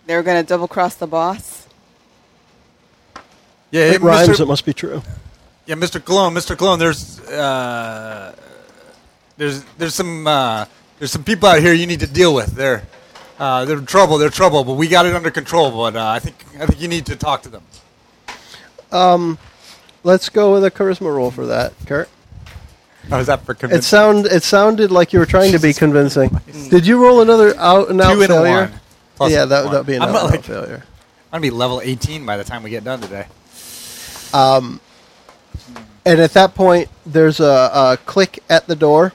[SPEAKER 4] they were going to double cross the boss.
[SPEAKER 5] Yeah, hey,
[SPEAKER 2] It rhymes.
[SPEAKER 5] Mr.
[SPEAKER 2] It must be true.
[SPEAKER 5] Yeah, Mr. Cologne, Mr. Cologne, there's uh, there's there's some uh, there's some people out here you need to deal with. They're uh, they're in trouble. They're trouble, but we got it under control. But uh, I think I think you need to talk to them.
[SPEAKER 2] Let's go with a charisma roll for that, Kurt.
[SPEAKER 5] Oh, is that for
[SPEAKER 2] It
[SPEAKER 5] convincing?
[SPEAKER 2] sound it sounded like you were trying to be convincing. Did you roll another out and out
[SPEAKER 5] Two and a
[SPEAKER 2] failure?
[SPEAKER 5] one. Plus
[SPEAKER 2] yeah, that
[SPEAKER 5] one.
[SPEAKER 2] that'd be an
[SPEAKER 5] I'm
[SPEAKER 2] out,
[SPEAKER 5] not
[SPEAKER 2] and out
[SPEAKER 5] like-
[SPEAKER 2] failure.
[SPEAKER 5] I'm gonna be level 18 by the time we get done today.
[SPEAKER 2] And at that point, there's a, a click at the door.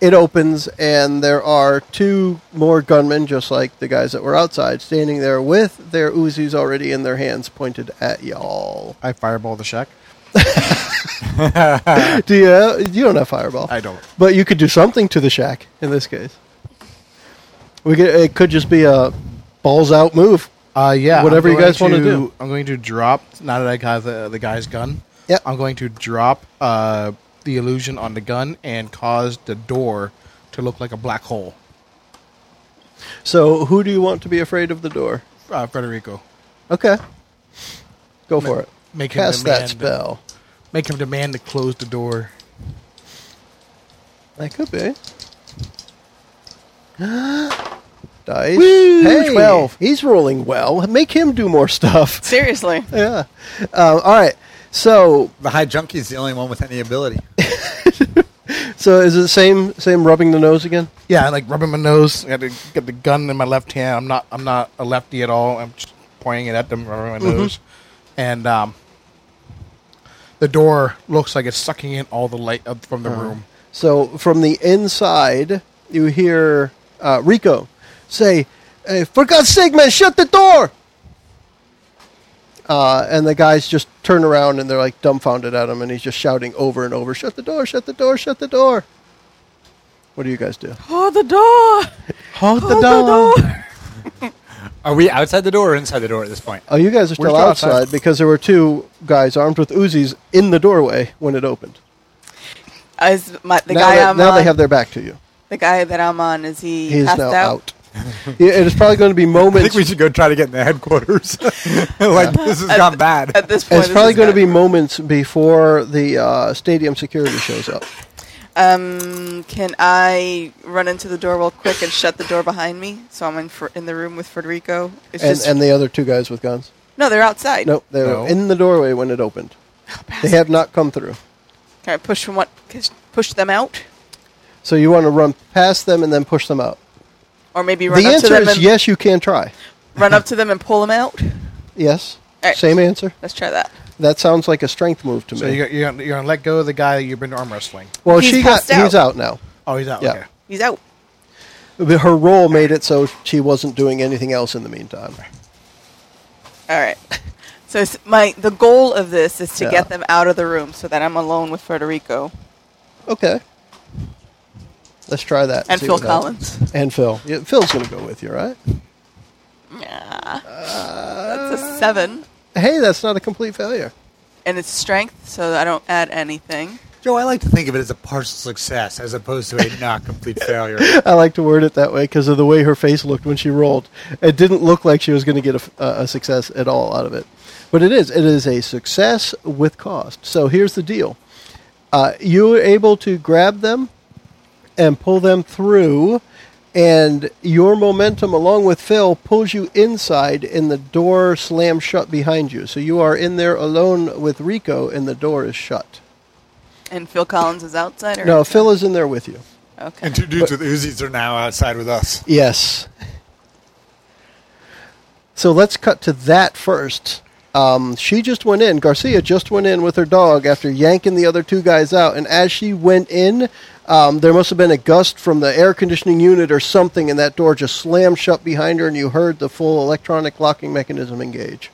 [SPEAKER 2] It opens, and there are two more gunmen, just like the guys that were outside, standing there with their Uzis already in their hands pointed at y'all.
[SPEAKER 6] I fireball the shack.
[SPEAKER 5] Ah.
[SPEAKER 2] do you, you don't have Fireball.
[SPEAKER 6] I don't.
[SPEAKER 2] But you could do something to the shack in this case. We could, It could just be a balls out move.
[SPEAKER 6] Uh, yeah.
[SPEAKER 2] Whatever you
[SPEAKER 6] going
[SPEAKER 2] guys wanna do.
[SPEAKER 6] I'm going to drop. Now that I got the, the guy's gun,
[SPEAKER 2] Yep.
[SPEAKER 6] I'm going to drop uh, the illusion on the gun and cause the door to look like a black hole.
[SPEAKER 2] So, who do you want to be afraid of the door?
[SPEAKER 6] Uh, Federico,
[SPEAKER 2] Okay. Go for it.
[SPEAKER 6] make him
[SPEAKER 2] Cast
[SPEAKER 6] demand
[SPEAKER 2] that spell.
[SPEAKER 6] Make him demand to close the door.
[SPEAKER 2] That could be. Dice.
[SPEAKER 6] Woo,
[SPEAKER 2] Hey,
[SPEAKER 6] 12.
[SPEAKER 2] He's rolling well. Make him do more stuff.
[SPEAKER 4] Seriously.
[SPEAKER 2] yeah. Uh, all right. So,
[SPEAKER 5] The high junkie's the only one with any ability.
[SPEAKER 2] so is it the same same rubbing the nose again?
[SPEAKER 6] Yeah, I, like rubbing my nose. I got the, got the gun in my left hand. I'm not. I'm not a lefty at all. I'm just pointing it at them, rubbing my nose, and um, the door looks like it's sucking in all the light up from the room.
[SPEAKER 2] So from the inside, you hear uh, Rico say, hey, "For God's sake, man, shut the door!" Uh, and the guys just turn around and they're like dumbfounded at him, and he's just shouting over and over, "Shut the door! Shut the door! Shut the door!" What do you guys do?
[SPEAKER 4] Oh, the door.
[SPEAKER 2] Hold
[SPEAKER 4] Oh, the door.
[SPEAKER 5] Are we outside the door or inside the door at this point?
[SPEAKER 2] Oh, you guys are still
[SPEAKER 6] still
[SPEAKER 2] outside,
[SPEAKER 6] outside.
[SPEAKER 2] because there were two guys armed with Uzis in the doorway when it opened.
[SPEAKER 4] Is my, the
[SPEAKER 2] now
[SPEAKER 4] guy
[SPEAKER 2] they,
[SPEAKER 4] I'm
[SPEAKER 2] now
[SPEAKER 4] on,
[SPEAKER 2] they have their back to you.
[SPEAKER 4] the guy that I'm on is he
[SPEAKER 2] He is
[SPEAKER 4] passed
[SPEAKER 2] now
[SPEAKER 4] out?
[SPEAKER 2] out. Yeah, it is probably going to be
[SPEAKER 5] I
[SPEAKER 2] moments.
[SPEAKER 5] think we should go try to get in the headquarters. like this has gone bad.
[SPEAKER 4] At this point,
[SPEAKER 2] It's probably going to be moments before the uh, stadium security shows up.
[SPEAKER 4] Um, can I run into the door real quick and shut the door behind me? So I'm in fr- in the room with Federico. It's
[SPEAKER 2] And,
[SPEAKER 4] just
[SPEAKER 2] and the other two guys with guns.
[SPEAKER 4] no, they're outside.
[SPEAKER 2] No, they were
[SPEAKER 6] No.
[SPEAKER 2] in the doorway when it opened. They have not come through.
[SPEAKER 4] Can I push from what? Push them out,
[SPEAKER 2] So you want to run past them and then push them out.
[SPEAKER 4] or maybe run
[SPEAKER 2] The
[SPEAKER 4] up to
[SPEAKER 2] answer
[SPEAKER 4] them
[SPEAKER 2] is
[SPEAKER 4] and
[SPEAKER 2] yes, you can try.
[SPEAKER 4] run up to them and pull them out.
[SPEAKER 2] Yes.
[SPEAKER 4] All right.
[SPEAKER 2] Same answer.
[SPEAKER 4] Let's try that.
[SPEAKER 2] That sounds like a strength move to
[SPEAKER 6] So
[SPEAKER 2] me.
[SPEAKER 6] you got, you're, gonna, you're gonna let go of the guy that you've been arm wrestling.
[SPEAKER 2] well,
[SPEAKER 4] He's
[SPEAKER 2] she got
[SPEAKER 4] passed out.
[SPEAKER 2] he's out now.
[SPEAKER 6] Oh, he's out.
[SPEAKER 2] Yeah.
[SPEAKER 6] Okay.
[SPEAKER 4] He's out.
[SPEAKER 2] But Her role made it so she wasn't doing anything else in the meantime.
[SPEAKER 4] All right. So it's my the goal of this is to
[SPEAKER 2] Yeah.
[SPEAKER 4] get them out of the room so that I'm alone with Federico
[SPEAKER 2] Okay. Let's try that.
[SPEAKER 4] and
[SPEAKER 2] see
[SPEAKER 4] Phil
[SPEAKER 2] what happens.
[SPEAKER 4] Collins.
[SPEAKER 2] And Phil. Yeah, Phil's going to go with you, right?
[SPEAKER 4] Yeah. That's a seven,
[SPEAKER 2] Hey, that's not a complete failure.
[SPEAKER 4] and it's strength, so I don't add anything.
[SPEAKER 5] Joe, I like to think of it as a partial success as opposed to a not complete failure.
[SPEAKER 2] I like to word it that way because of the way her face looked when she rolled. It didn't look like she was going to get a, f- a- a success at all out of it, but it is. It is a success with cost. So here's the deal: uh, you were able to grab them and pull them through, and your momentum, along with Phil, pulls you inside, and the door slams shut behind you. So you are in there alone with Rico, and the door is shut.
[SPEAKER 4] And Phil Collins is outside. Or
[SPEAKER 2] No, Phil is in there with you.
[SPEAKER 4] Okay.
[SPEAKER 5] and two dudes with Uzis are now outside with us.
[SPEAKER 2] Yes. So let's cut to that first. Um, she just went in. Garcia just went in with her dog after yanking the other two guys out. And as she went in, um, there must have been a gust from the air conditioning unit or something, and that door just slammed shut behind her, and you heard the full electronic locking mechanism engage.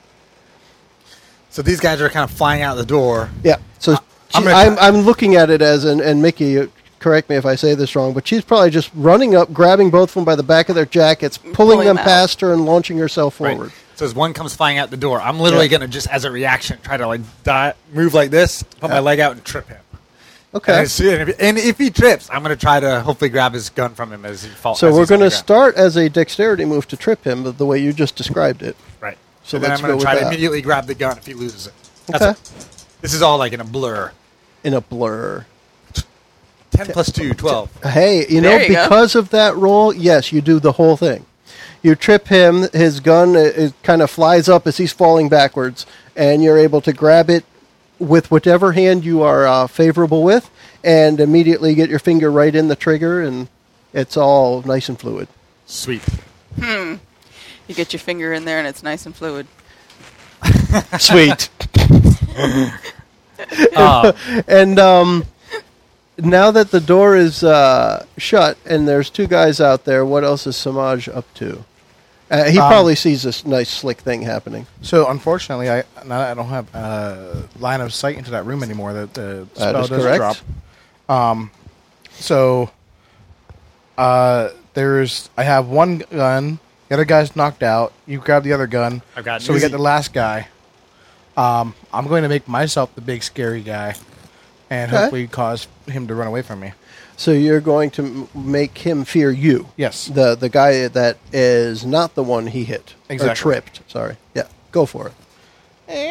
[SPEAKER 5] So these guys are kind of flying out the door.
[SPEAKER 2] Yeah. So
[SPEAKER 5] I- I'm
[SPEAKER 2] she-
[SPEAKER 5] gonna
[SPEAKER 2] I'm,
[SPEAKER 5] try-
[SPEAKER 2] I'm looking at it as, and, and Mickey, uh, correct me if I say this wrong, but she's probably just running up, grabbing both of them by the back of their jackets,
[SPEAKER 5] Mm,
[SPEAKER 2] pulling,
[SPEAKER 4] Pulling
[SPEAKER 2] them
[SPEAKER 4] them out.
[SPEAKER 2] past her, and launching herself
[SPEAKER 5] Right.
[SPEAKER 2] forward.
[SPEAKER 5] So as one comes flying out the door, I'm literally
[SPEAKER 2] Yeah.
[SPEAKER 5] going to just as a reaction try to like die, move like this, put my leg out and trip him. And,
[SPEAKER 2] Okay.
[SPEAKER 5] as soon- and if, and if he trips, I'm going to try to hopefully grab his gun from him as he falls.
[SPEAKER 2] So
[SPEAKER 5] as
[SPEAKER 2] we're
[SPEAKER 5] he's on
[SPEAKER 2] going to
[SPEAKER 5] the ground.
[SPEAKER 2] start as a dexterity move to trip him, the way you just described it.
[SPEAKER 5] Right.
[SPEAKER 2] So
[SPEAKER 5] So then
[SPEAKER 2] let's
[SPEAKER 5] I'm going
[SPEAKER 2] go with
[SPEAKER 5] to try to
[SPEAKER 2] that.
[SPEAKER 5] immediately grab the gun if he loses it.
[SPEAKER 2] Okay.
[SPEAKER 5] That's it. This is all like in a blur.
[SPEAKER 2] In a blur.
[SPEAKER 5] 10 plus 2, 12.
[SPEAKER 2] Hey, you know,
[SPEAKER 4] There you go.
[SPEAKER 2] because of that roll, yes, you do the whole thing. You trip him, his gun uh, it, kind of flies up as he's falling backwards, and you're able to grab it with whatever hand you are uh, favorable with, and immediately get your finger right in the trigger, and it's all nice and fluid.
[SPEAKER 5] Sweet.
[SPEAKER 4] You get your finger in there, and it's nice and fluid.
[SPEAKER 2] Sweet.
[SPEAKER 5] Uh,
[SPEAKER 2] and um, now that the door is uh, shut and there's two guys out there, what else is Samaj up to? Uh, he probably sees this nice slick thing happening.
[SPEAKER 6] So unfortunately, I now that I don't have uh, line of sight into that room anymore. The, the spell
[SPEAKER 2] is
[SPEAKER 6] doesn't
[SPEAKER 2] correct.
[SPEAKER 6] drop. Um, so uh, there's I have one gun. The other guy's knocked out. You grab the other gun.
[SPEAKER 5] I've got
[SPEAKER 6] So we got
[SPEAKER 5] Newsy.
[SPEAKER 6] the last guy. Um, I'm going to make myself the big scary guy, and
[SPEAKER 2] Okay.
[SPEAKER 6] hopefully cause him to run away from me.
[SPEAKER 2] So you're going to m- make him fear you.
[SPEAKER 6] Yes.
[SPEAKER 2] The the guy that is not the one he hit or
[SPEAKER 6] Exactly.
[SPEAKER 2] tripped. Sorry. Yeah. Go for it.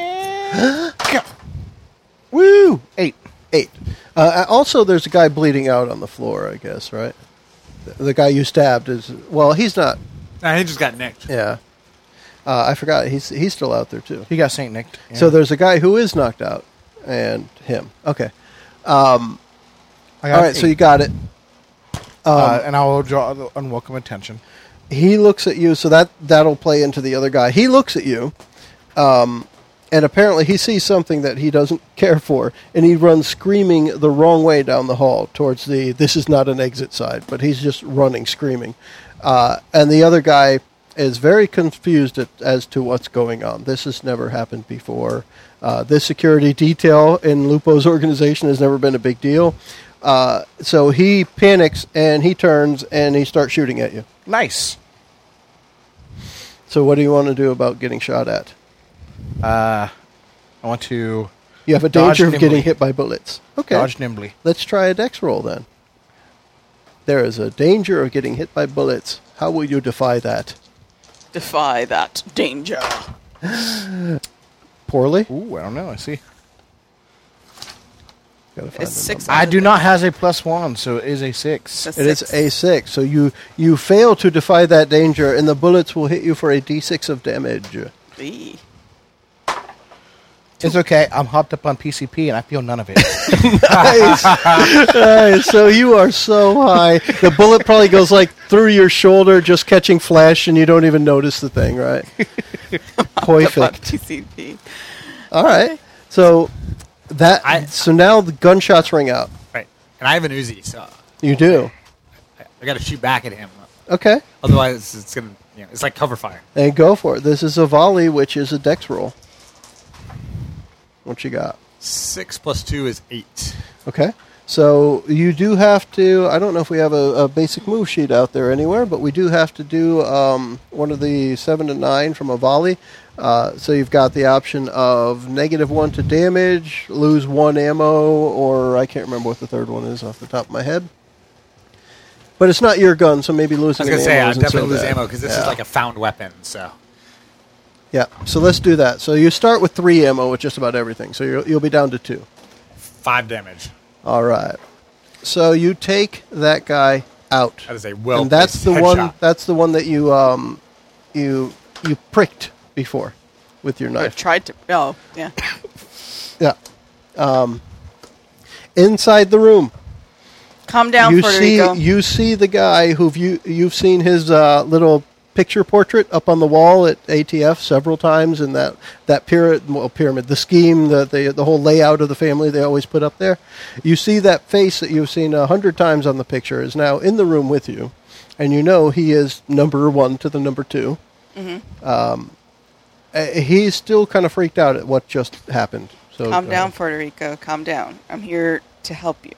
[SPEAKER 6] Go.
[SPEAKER 2] Woo!
[SPEAKER 6] Eight.
[SPEAKER 2] Eight. Uh, also, there's a guy bleeding out on the floor. I guess right. The- The guy you stabbed is well. He's not.
[SPEAKER 5] Nah, he just got nicked.
[SPEAKER 2] Yeah. Uh, I forgot. He's he's still out there too.
[SPEAKER 6] He got Saint nicked.
[SPEAKER 2] So there's a guy who is knocked out, and him. Okay.
[SPEAKER 6] I got
[SPEAKER 2] All right. So
[SPEAKER 6] eight.
[SPEAKER 2] you um, got it.
[SPEAKER 6] uh, and I will draw the unwelcome attention.
[SPEAKER 2] he looks at you so that that'll play into the other guy he looks at you um, and apparently he sees something that he doesn't care for and he runs screaming the wrong way down the hall towards the this is not an exit side but he's just running screaming uh, and the other guy is very confused at, as to what's going on this has never happened before uh, this security detail in lupo's organization has never been a big deal uh, so he panics and he turns and he starts shooting at you
[SPEAKER 6] Nice.
[SPEAKER 2] so what do you want to do about getting shot at?
[SPEAKER 6] I want to
[SPEAKER 2] You have a
[SPEAKER 6] Dodge
[SPEAKER 2] danger of
[SPEAKER 6] nimbly.
[SPEAKER 2] getting hit by bullets. Okay.
[SPEAKER 6] dodge nimbly.
[SPEAKER 2] Let's try a dex roll then. There is a danger of getting hit by bullets. How will you defy that?
[SPEAKER 4] Defy that danger.
[SPEAKER 2] Poorly?
[SPEAKER 6] Ooh, I don't know. I see.
[SPEAKER 2] Gotta find
[SPEAKER 4] It's
[SPEAKER 2] a
[SPEAKER 4] six.
[SPEAKER 6] I
[SPEAKER 4] on the
[SPEAKER 6] do
[SPEAKER 4] die.
[SPEAKER 6] not has a plus one, so it is a six.
[SPEAKER 4] That's
[SPEAKER 2] number. It is
[SPEAKER 4] six.
[SPEAKER 2] a6. So you you fail to defy that danger and the bullets will hit you for a d6 of damage.
[SPEAKER 4] Eee.
[SPEAKER 6] It's okay. I'm hopped up on PCP and I feel none of it.
[SPEAKER 2] Nice. Nice. So you are so high. The bullet probably goes like through your shoulder just catching flash and you don't even notice the thing, right?
[SPEAKER 4] Defy
[SPEAKER 2] Perfect.
[SPEAKER 4] TCP.
[SPEAKER 2] All right. So that
[SPEAKER 5] I-
[SPEAKER 2] so now the gunshots ring out.
[SPEAKER 5] Right. And I have an Uzi, so
[SPEAKER 2] You do.
[SPEAKER 5] I, I got to shoot back at him.
[SPEAKER 2] Okay.
[SPEAKER 5] Otherwise, it's gonna. You know, it's like cover fire.
[SPEAKER 2] And go for it. This is a volley, which is a dex roll. What you got?
[SPEAKER 5] Six plus two is eight.
[SPEAKER 2] Okay. So you do have to. I don't know if we have a, a basic move sheet out there anywhere, but we do have to do um, one of the seven to nine from a volley. Uh, so you've got the option of negative one to damage, lose one ammo, or I can't remember what the third one is off the top of my head. But it's not your gun, so maybe
[SPEAKER 5] I
[SPEAKER 2] losing
[SPEAKER 5] was gonna
[SPEAKER 2] the
[SPEAKER 5] say
[SPEAKER 2] ammo
[SPEAKER 5] I
[SPEAKER 2] isn't
[SPEAKER 5] definitely
[SPEAKER 2] so
[SPEAKER 5] lose
[SPEAKER 2] bad.
[SPEAKER 5] ammo because this
[SPEAKER 2] Yeah.
[SPEAKER 5] is like a found weapon. So
[SPEAKER 2] Yeah, so let's do that. So you start with three ammo with just about everything. So you'll, you'll be down to two.
[SPEAKER 5] five damage.
[SPEAKER 2] All right. So you take that guy out.
[SPEAKER 5] That is a well.
[SPEAKER 2] and that's the
[SPEAKER 5] placed
[SPEAKER 2] one.
[SPEAKER 5] headshot.
[SPEAKER 2] That's the one that you um, you you pricked before with your
[SPEAKER 4] Or
[SPEAKER 2] knife.
[SPEAKER 4] tried to. Oh, yeah.
[SPEAKER 2] Yeah. Um, inside the room,
[SPEAKER 4] Calm down,
[SPEAKER 2] you
[SPEAKER 4] Puerto
[SPEAKER 2] see
[SPEAKER 4] Rico.
[SPEAKER 2] you see the guy who've you you've seen his uh, little picture portrait up on the wall at ATF several times, and that that pyramid, well, pyramid, the scheme, the, the the whole layout of the family they always put up there. You see that face that you've seen a hundred times on the picture is now in the room with you, and you know he is number one to the number 2
[SPEAKER 4] Mm-hmm.
[SPEAKER 2] Um, uh, he's still kind of freaked out at what just happened. So
[SPEAKER 4] Calm
[SPEAKER 2] uh,
[SPEAKER 4] down, Puerto Rico. Calm down. I'm here to help you.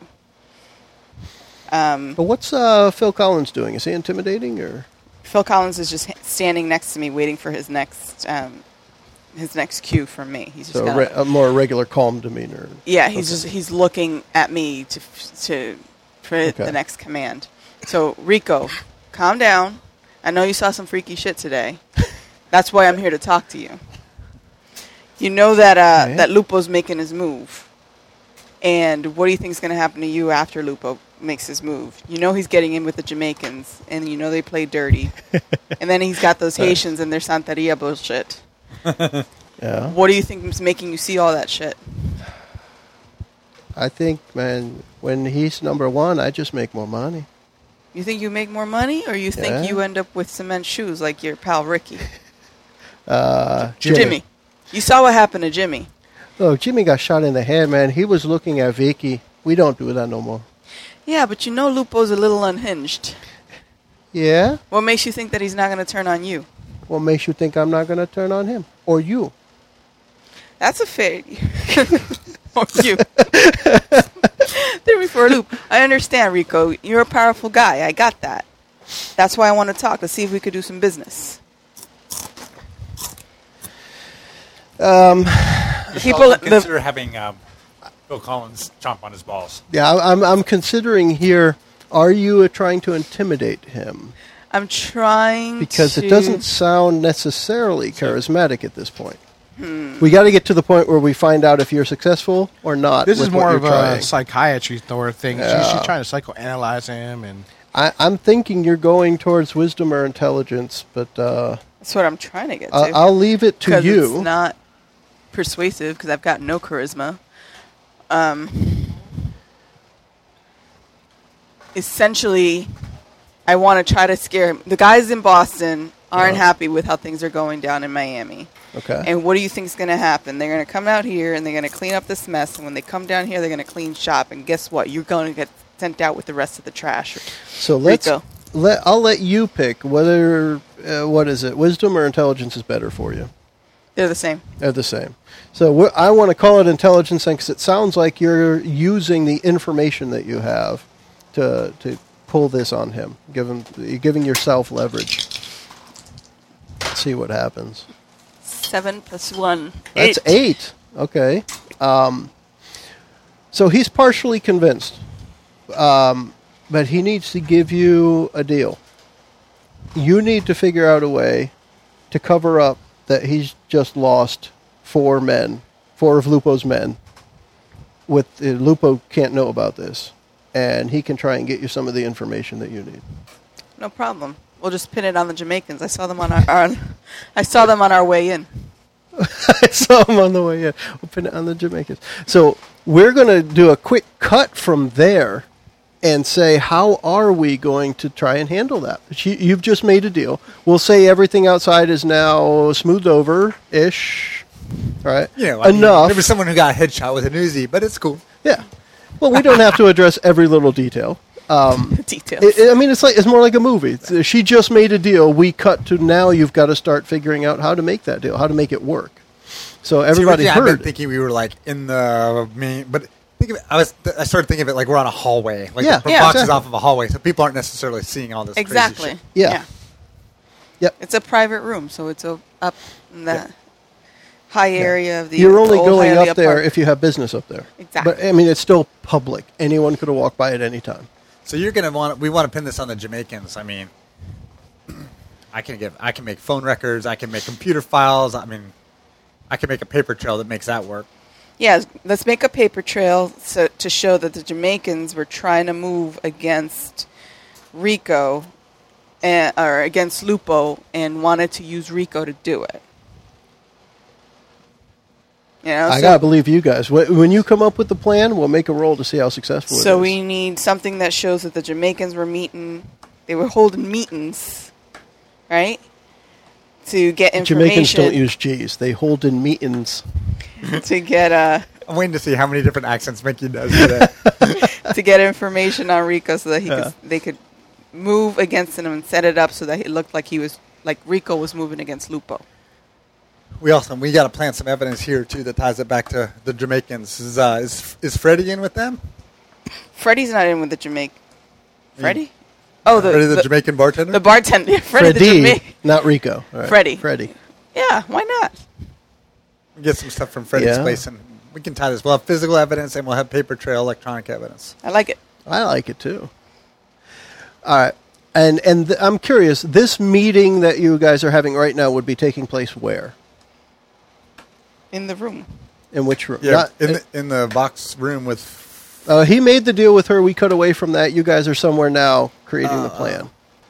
[SPEAKER 4] Um,
[SPEAKER 2] But what's uh, Phil Collins doing? Is he intimidating or?
[SPEAKER 4] Phil Collins is just h- standing next to me, waiting for his next um, his next cue from me. He's just
[SPEAKER 2] So
[SPEAKER 4] gotta-
[SPEAKER 2] re- a more regular, calm demeanor.
[SPEAKER 4] yeah, he's just he's looking at me to f- to for
[SPEAKER 2] Okay.
[SPEAKER 4] the next command. So Rico, calm down. I know you saw some freaky shit today. That's why I'm here to talk to you. You know that uh,
[SPEAKER 2] Alright.
[SPEAKER 4] that Lupo's making his move, and what do you think's going to happen to you after Lupo makes his move? You know he's getting in with the Jamaicans, and you know they play dirty, and then he's got those Haitians and their Santeria bullshit.
[SPEAKER 2] Yeah,
[SPEAKER 4] What do you think is making you see all that shit?
[SPEAKER 2] I think, man, when he's number one, I just make more money.
[SPEAKER 4] You think you make more money, or you think
[SPEAKER 2] Yeah.
[SPEAKER 4] you end up with cement shoes like your pal Ricky?
[SPEAKER 2] Uh,
[SPEAKER 4] Jimmy. You saw what happened to Jimmy.
[SPEAKER 2] Look, Jimmy got shot in the head, man. He was looking at Vicky. We don't do that no more.
[SPEAKER 4] Yeah, but you know Lupo's a little unhinged.
[SPEAKER 2] Yeah?
[SPEAKER 4] What makes you think that he's not going to turn on you?
[SPEAKER 2] What makes you think I'm not going to turn on him or you?
[SPEAKER 4] That's a fake. or you. Threw me for a loop. I understand, Rico. You're a powerful guy. I got that. That's why I want to talk to see if we could do some business. Um, people, the,
[SPEAKER 5] consider having um, Bill Collins chomp on his balls.
[SPEAKER 2] Yeah, I- I'm, I'm considering here are you trying to intimidate him?
[SPEAKER 4] I'm trying
[SPEAKER 2] Because
[SPEAKER 4] to-
[SPEAKER 2] it doesn't sound necessarily charismatic at this point.
[SPEAKER 4] Hmm.
[SPEAKER 2] We got to get to the point where we find out if you're successful or not.
[SPEAKER 6] This
[SPEAKER 2] with
[SPEAKER 6] is
[SPEAKER 2] what
[SPEAKER 6] more
[SPEAKER 2] you're
[SPEAKER 6] of
[SPEAKER 2] trying.
[SPEAKER 6] a psychiatry sort of thing. She- she's trying to psychoanalyze him and.
[SPEAKER 2] I, I'm thinking you're going towards wisdom or intelligence, but uh,
[SPEAKER 4] That's what I'm trying to get
[SPEAKER 2] I,
[SPEAKER 4] to.
[SPEAKER 2] I'll leave it to
[SPEAKER 4] 'Cause
[SPEAKER 2] you.
[SPEAKER 4] It's not persuasive because I've got no charisma. Um, essentially, I want to try to scare him. The guys in Boston aren't happy with how things are going down in Miami.
[SPEAKER 2] okay.
[SPEAKER 4] And what do you think's going to happen? They're going to come out here and they're going to clean up this mess. And when they come down here, they're going to clean shop. And guess what? You're going to get sent out with the rest of the trash.
[SPEAKER 2] so let's.
[SPEAKER 4] Rico.
[SPEAKER 2] Let, I'll let you pick whether uh, what is it, wisdom or intelligence is better for you.
[SPEAKER 4] They're the same.
[SPEAKER 2] They're the same. So we I want to call it intelligence because it sounds like you're using the information that you have to to pull this on him. Give him, you're giving yourself leverage. Let's see what happens.
[SPEAKER 4] Seven plus one.
[SPEAKER 2] That's eight. Okay. Um, so he's partially convinced, um, but he needs to give you a deal. You need to figure out a way to cover up that he's just lost four men, four of Lupo's men. With uh, Lupo can't know about this, and he can try and get you some of the information that you need.
[SPEAKER 4] No problem. We'll just pin it on the Jamaicans. I saw them on our, our I saw them on our way in.
[SPEAKER 2] I saw him on the way in. Open it on the Jamaicans. So we're going to do a quick cut from there and say, how are we going to try and handle that? You- You've just made a deal. We'll say everything outside is now smoothed over ish. Right?
[SPEAKER 5] You know, I mean,
[SPEAKER 2] Enough.
[SPEAKER 5] there was someone who got a headshot with an Uzi, but it's cool.
[SPEAKER 2] yeah. Well, we don't have to address every little detail. Um,
[SPEAKER 4] Details.
[SPEAKER 2] it- it- I mean, it's like it's more like a movie. It's- uh, She just made a deal. We cut to now. You've got to start figuring out how to make that deal, how to make it work. So everybody
[SPEAKER 5] See, originally I've
[SPEAKER 2] heard.
[SPEAKER 5] been thinking we were like in the main, but think of it, I was I started thinking of it like we're on a hallway, like
[SPEAKER 2] Yeah.
[SPEAKER 5] the
[SPEAKER 4] Yeah,
[SPEAKER 5] boxes
[SPEAKER 2] exactly.
[SPEAKER 5] off of a hallway, so people aren't necessarily seeing all this. crazy
[SPEAKER 4] exactly.
[SPEAKER 5] shit.
[SPEAKER 2] Yeah. Yep.
[SPEAKER 4] It's a private room, so it's a, up in the high area of the.
[SPEAKER 2] You're only
[SPEAKER 4] the old
[SPEAKER 2] going
[SPEAKER 4] Hialeah
[SPEAKER 2] up there
[SPEAKER 4] Park.
[SPEAKER 2] if you have business up there.
[SPEAKER 4] Exactly.
[SPEAKER 2] But I mean, it's still public. Anyone could have walked by at any time.
[SPEAKER 5] So you're gonna want we want to pin this on the Jamaicans. I mean, I can give I can make phone records, I can make computer files. I mean, I can make a paper trail that makes that work.
[SPEAKER 4] Yeah, let's make a paper trail so, to show that the Jamaicans were trying to move against Rico, and, or against Lupo, and wanted to use Rico to do it. You know,
[SPEAKER 2] I
[SPEAKER 4] so-
[SPEAKER 2] gotta believe you guys. Wh- When you come up with the plan, we'll make a roll to see how successful.
[SPEAKER 4] So
[SPEAKER 2] it
[SPEAKER 4] we
[SPEAKER 2] is.
[SPEAKER 4] need something that shows that the Jamaicans were meeting. They were holding meetings, right? To get
[SPEAKER 2] Jamaicans
[SPEAKER 4] information.
[SPEAKER 2] don't use G's. They hold in meetings.
[SPEAKER 4] to get uh
[SPEAKER 5] I'm waiting to see how many different accents Mickey does today.
[SPEAKER 4] to get information on Rico so that he could, they could move against him and set it up so that it looked like he was like Rico was moving against Lupo.
[SPEAKER 5] we also we got to plant some evidence here too that ties it back to the Jamaicans. Is uh, is, is Freddie in with them?
[SPEAKER 4] Freddie's not in with the Jamaic. Freddie? Oh, the
[SPEAKER 5] Freddie the,
[SPEAKER 4] the,
[SPEAKER 5] Jamaican bartender.
[SPEAKER 4] the bartender. Freddie the
[SPEAKER 2] Freddie,
[SPEAKER 4] Jamaic.
[SPEAKER 2] not Rico. All right.
[SPEAKER 4] Freddie.
[SPEAKER 2] Freddie.
[SPEAKER 4] Yeah, why not?
[SPEAKER 5] We get some stuff from Freddie's
[SPEAKER 2] Yeah.
[SPEAKER 5] place, and we can tie this. We'll have physical evidence, and we'll have paper trail, electronic evidence.
[SPEAKER 4] I like it.
[SPEAKER 2] I like it too. All right, and and th- I'm curious. This meeting that you guys are having right now would be taking place where?
[SPEAKER 4] In the room.
[SPEAKER 2] In which room?
[SPEAKER 5] Yeah,
[SPEAKER 2] Not-
[SPEAKER 5] in the, in the box room with
[SPEAKER 2] uh, he made the deal with her. We cut away from that. You guys are somewhere now creating the plan.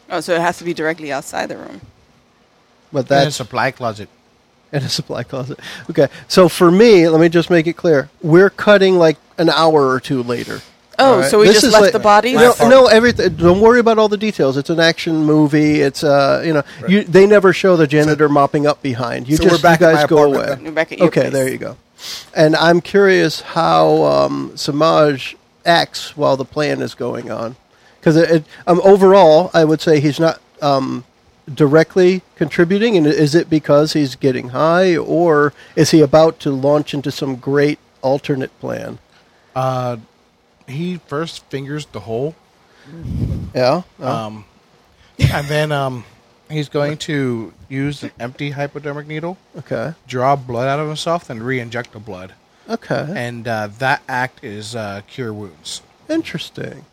[SPEAKER 4] Oh, so it has to be directly outside the room.
[SPEAKER 2] But
[SPEAKER 6] That's in a
[SPEAKER 2] that's
[SPEAKER 6] supply closet.
[SPEAKER 2] in a supply closet. Okay. So for me, let me just make it clear. We're cutting like an hour or two later.
[SPEAKER 4] Oh,
[SPEAKER 2] All right?
[SPEAKER 4] so we
[SPEAKER 2] This
[SPEAKER 4] just
[SPEAKER 2] is
[SPEAKER 4] left
[SPEAKER 2] like-
[SPEAKER 4] the bodies?
[SPEAKER 2] No, no, everything. Don't worry about all the details. It's an action movie. It's uh, you know, you, they never show the janitor mopping up behind. You
[SPEAKER 5] So
[SPEAKER 2] just
[SPEAKER 5] we're back
[SPEAKER 2] you
[SPEAKER 5] at
[SPEAKER 2] guys
[SPEAKER 5] my
[SPEAKER 2] go
[SPEAKER 5] apartment
[SPEAKER 2] away.
[SPEAKER 5] then.
[SPEAKER 4] We're back at your
[SPEAKER 2] okay,
[SPEAKER 4] place.
[SPEAKER 2] there you go. And I'm curious how um, Samaj acts while the plan is going on, because it, it, um, overall, I would say he's not um, directly contributing. And is it because he's getting high, or is he about to launch into some great alternate plan?
[SPEAKER 6] He first fingers the hole,
[SPEAKER 2] Yeah. Uh,
[SPEAKER 6] um, and then um, he's going to use an empty hypodermic needle,
[SPEAKER 2] okay.
[SPEAKER 6] draw blood out of himself, and re-inject the blood.
[SPEAKER 2] Okay.
[SPEAKER 6] And uh, that act is uh, cure wounds
[SPEAKER 2] Interesting.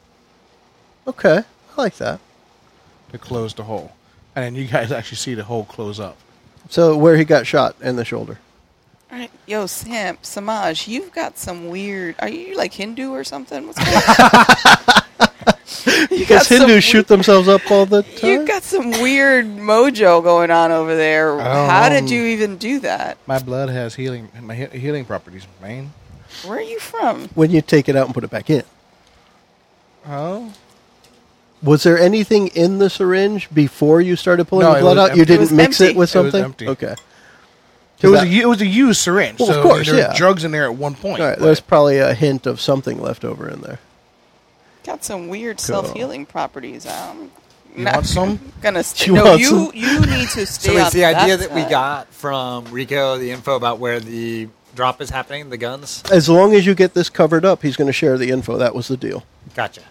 [SPEAKER 2] Okay, I like that.
[SPEAKER 6] to close the hole, and then you guys actually see the hole close up.
[SPEAKER 2] So where he got shot in the shoulder.
[SPEAKER 4] All right, yo, Sam, Samaj, you've got some weird. Are you like Hindu or something? What's going on? you
[SPEAKER 2] Because
[SPEAKER 4] some
[SPEAKER 2] Hindus
[SPEAKER 4] weird-
[SPEAKER 2] shoot themselves up all the time.
[SPEAKER 4] You got some weird mojo going on over there.
[SPEAKER 6] don't
[SPEAKER 4] How
[SPEAKER 6] know.
[SPEAKER 2] Um,
[SPEAKER 4] did you even do that?
[SPEAKER 6] My blood has healing, my he- healing properties, man.
[SPEAKER 4] Where are you from?
[SPEAKER 2] when you take it out and put it back in.
[SPEAKER 6] Oh,
[SPEAKER 2] Was there anything in the syringe before you started pulling
[SPEAKER 6] No,
[SPEAKER 2] the
[SPEAKER 6] it
[SPEAKER 2] blood
[SPEAKER 6] was
[SPEAKER 2] out?
[SPEAKER 6] empty.
[SPEAKER 2] You
[SPEAKER 6] It
[SPEAKER 2] didn't
[SPEAKER 4] was
[SPEAKER 2] mix
[SPEAKER 4] empty.
[SPEAKER 2] it with
[SPEAKER 6] It was
[SPEAKER 2] something.
[SPEAKER 6] empty.
[SPEAKER 2] Okay.
[SPEAKER 6] it was
[SPEAKER 2] that-
[SPEAKER 6] a u- it was a used syringe.
[SPEAKER 2] Well, of
[SPEAKER 6] so
[SPEAKER 2] course,
[SPEAKER 6] there were
[SPEAKER 2] yeah.
[SPEAKER 6] drugs in there at one point.
[SPEAKER 2] All right.
[SPEAKER 6] but-
[SPEAKER 2] There's probably a hint of something left over in there.
[SPEAKER 4] Got some weird self healing properties. I'm
[SPEAKER 6] You
[SPEAKER 4] not
[SPEAKER 6] want some?
[SPEAKER 4] gonna stay.
[SPEAKER 2] You
[SPEAKER 4] no,
[SPEAKER 2] want
[SPEAKER 4] you
[SPEAKER 2] some?
[SPEAKER 4] you need to
[SPEAKER 5] So
[SPEAKER 4] stay.
[SPEAKER 5] is
[SPEAKER 4] on
[SPEAKER 5] the idea
[SPEAKER 4] that
[SPEAKER 5] that we
[SPEAKER 4] side.
[SPEAKER 5] got from Rico the info about where the drop is happening, the guns?
[SPEAKER 2] As long as you get this covered up, he's going to share the info. That was the deal.
[SPEAKER 5] Gotcha.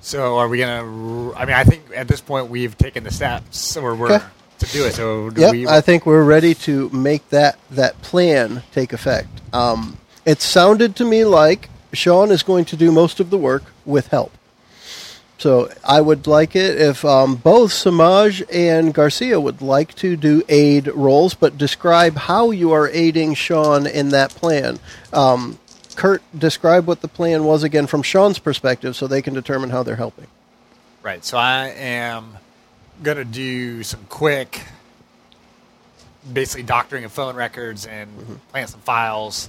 [SPEAKER 5] So are we gonna? I mean, I think at this point we've taken the steps, or we're
[SPEAKER 2] Okay.
[SPEAKER 5] to do it. So do
[SPEAKER 2] Yep,
[SPEAKER 5] we?
[SPEAKER 2] I think we're ready to make that that plan take effect. Um, it sounded to me like Sean is going to do most of the work with help. So I would like it if um, both Samaj and Garcia would like to do aid roles, but describe how you are aiding Sean in that plan. Um, Kurt, describe what the plan was again from Sean's perspective, so they can determine how they're helping.
[SPEAKER 5] Right. So I am gonna do some quick, basically doctoring of phone records and
[SPEAKER 2] Mm-hmm.
[SPEAKER 5] plant some files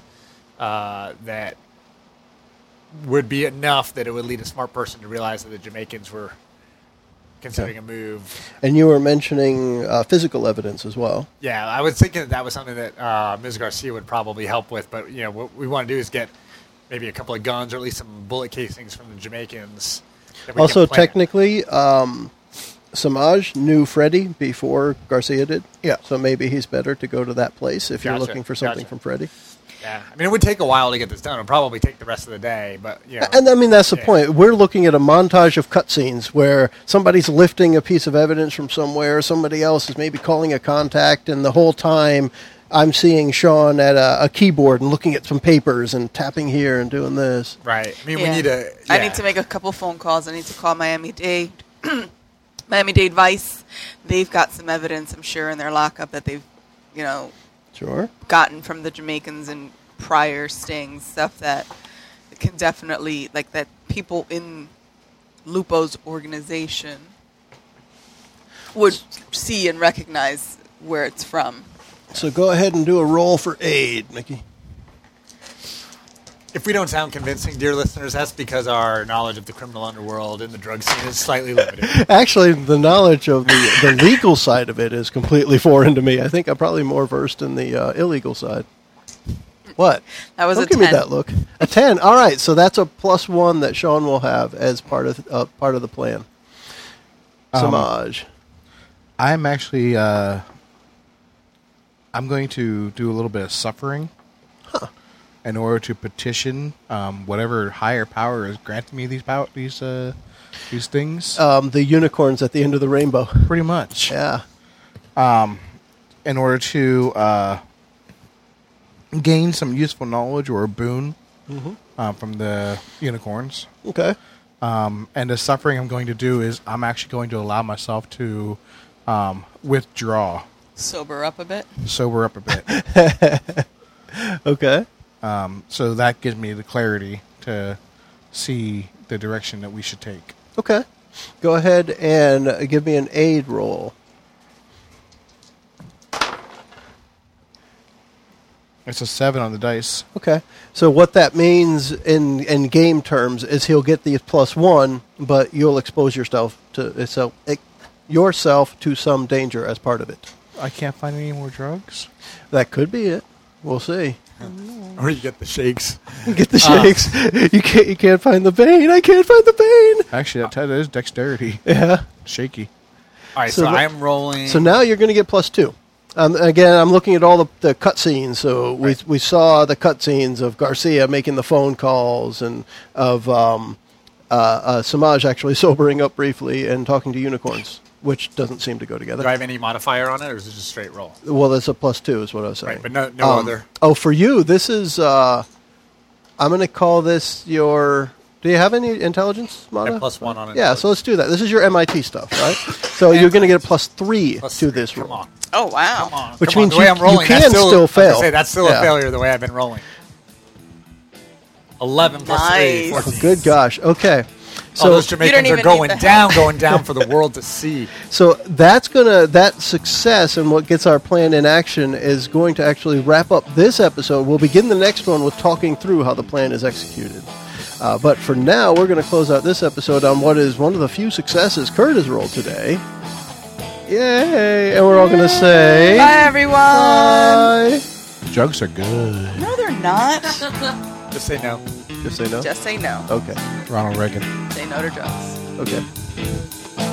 [SPEAKER 5] uh, that would be enough that it would lead a smart person to realize that the Jamaicans were considering a move
[SPEAKER 2] And you were mentioning uh, physical evidence as well.
[SPEAKER 5] Yeah, I was thinking that that was something that uh, Ms. Garcia would probably help with, but you know what we want to do is get maybe a couple of guns or at least some bullet casings from the Jamaicans. that we can
[SPEAKER 2] Also,
[SPEAKER 5] plant.
[SPEAKER 2] technically, um, Samaj knew Freddy before Garcia did.
[SPEAKER 6] Yeah.
[SPEAKER 2] So maybe he's better to go to that place if you're
[SPEAKER 5] Gotcha,
[SPEAKER 2] looking for something
[SPEAKER 5] gotcha.
[SPEAKER 2] from Freddy.
[SPEAKER 5] yeah. I mean, it would take a while to get this done. It'll probably take the rest of the day, but you know,
[SPEAKER 2] And I mean, that's the
[SPEAKER 5] Yeah.
[SPEAKER 2] point. We're looking at a montage of cutscenes where somebody's lifting a piece of evidence from somewhere, somebody else is maybe calling a contact, and the whole time I'm seeing Sean at a, a keyboard and looking at some papers and tapping here and doing this.
[SPEAKER 5] right? I mean,
[SPEAKER 4] Yeah.
[SPEAKER 5] we need a.
[SPEAKER 4] I
[SPEAKER 5] yeah.
[SPEAKER 4] need to make a couple phone calls. I need to call Miami Dade, Miami Dade Vice. They've got some evidence, I'm sure, in their lockup that they've, you know,
[SPEAKER 2] Sure.
[SPEAKER 4] gotten from the Jamaicans and prior stings, stuff that can definitely like that people in Lupo's organization would see and recognize where it's from.
[SPEAKER 2] So go ahead and do a roll for aid, Mickey.
[SPEAKER 5] If we don't sound convincing, dear listeners, that's because our knowledge of the criminal underworld and the drug scene is slightly limited.
[SPEAKER 2] Actually, the knowledge of the, the legal side of it is completely foreign to me. I think I'm probably more versed in the uh, illegal side. What?
[SPEAKER 4] That was
[SPEAKER 2] Don't
[SPEAKER 4] a
[SPEAKER 2] give
[SPEAKER 4] 10.
[SPEAKER 2] me that look. A ten. All right, so that's a plus one that Sean will have as part of uh, part of the plan. Samaj.
[SPEAKER 6] I'm actually uh, I'm going to do a little bit of suffering in order to petition um, whatever higher power is granting me these pow- these uh, these things.
[SPEAKER 2] Um, the unicorns at the end of the rainbow.
[SPEAKER 6] pretty much
[SPEAKER 2] Yeah.
[SPEAKER 6] in order to uh, gain some useful knowledge or a boon
[SPEAKER 2] Mm-hmm.
[SPEAKER 6] uh, from the unicorns.
[SPEAKER 2] Okay.
[SPEAKER 6] Um, and the suffering I'm going to do is I'm actually going to allow myself to um, withdraw,
[SPEAKER 4] Sober up a bit.
[SPEAKER 6] sober up a bit.
[SPEAKER 2] Okay.
[SPEAKER 6] so that gives me the clarity to see the direction that we should take.
[SPEAKER 2] Okay. Go ahead and uh, give me an aid roll.
[SPEAKER 6] It's a seven on the dice.
[SPEAKER 2] Okay. So what that means in in game terms is he'll get the plus one, but you'll expose yourself to so yourself to some danger as part of it.
[SPEAKER 6] I can't find any more drugs.
[SPEAKER 2] That could be it. We'll see.
[SPEAKER 5] or you get the shakes.
[SPEAKER 2] Get the shakes. you can't. You can't find the vein. I can't find the
[SPEAKER 6] Actually, that, that is dexterity.
[SPEAKER 2] vein. Yeah.
[SPEAKER 6] Shaky.
[SPEAKER 5] All right,
[SPEAKER 2] So
[SPEAKER 5] so,
[SPEAKER 2] let-
[SPEAKER 5] I'm rolling.
[SPEAKER 2] So now you're going to get plus two. Um, again, I'm looking at all the, the cutscenes. So we, we saw the cutscenes of Garcia making the phone calls and of um, uh, uh, Samaj actually sobering up briefly and talking to unicorns, which doesn't seem to go together.
[SPEAKER 5] do I have any modifier on it, or is it just straight roll?
[SPEAKER 2] Well, that's a plus two, is what I was saying.
[SPEAKER 5] Right, but no- no other.
[SPEAKER 2] Oh, for you, this is. Uh, I'm going to call this your. Do you have any intelligence,
[SPEAKER 5] I
[SPEAKER 2] Mata?
[SPEAKER 5] have plus one on it.
[SPEAKER 2] yeah, so let's do that. This is your MIT stuff, right? So you're going to get a plus three
[SPEAKER 5] Plus
[SPEAKER 2] to
[SPEAKER 5] three.
[SPEAKER 2] this
[SPEAKER 5] Come
[SPEAKER 2] roll.
[SPEAKER 5] on.
[SPEAKER 4] Oh wow.
[SPEAKER 5] Come on,
[SPEAKER 2] Which
[SPEAKER 5] come on.
[SPEAKER 2] means
[SPEAKER 5] the way
[SPEAKER 2] you-
[SPEAKER 5] I'm rolling,
[SPEAKER 2] you
[SPEAKER 5] that's
[SPEAKER 2] can still
[SPEAKER 5] I was gonna
[SPEAKER 2] fail.
[SPEAKER 5] Say, that's still
[SPEAKER 2] Yeah.
[SPEAKER 5] a failure the way I've been rolling. Eleven plus three.
[SPEAKER 4] Nice.
[SPEAKER 5] 14.
[SPEAKER 2] Good gosh. Okay.
[SPEAKER 5] All
[SPEAKER 2] So
[SPEAKER 5] those Jamaicans
[SPEAKER 4] even
[SPEAKER 5] are
[SPEAKER 4] need
[SPEAKER 5] going
[SPEAKER 4] the help.
[SPEAKER 5] down, going down for the world to see.
[SPEAKER 2] so that's gonna that success and what gets our plan in action is going to actually wrap up this episode. We'll begin the next one with talking through how the plan is executed. Uh, but for now, we're going to close out this episode on what is one of the few successes Kurt has rolled today. Yay! And we're all going to say
[SPEAKER 4] Bye everyone.
[SPEAKER 2] bye.
[SPEAKER 6] Jugs are good.
[SPEAKER 4] No, they're not.
[SPEAKER 5] Just say no.
[SPEAKER 2] Just say no.
[SPEAKER 4] Just say no.
[SPEAKER 2] Okay.
[SPEAKER 6] Ronald Reagan.
[SPEAKER 4] Say no to drugs.
[SPEAKER 2] Okay.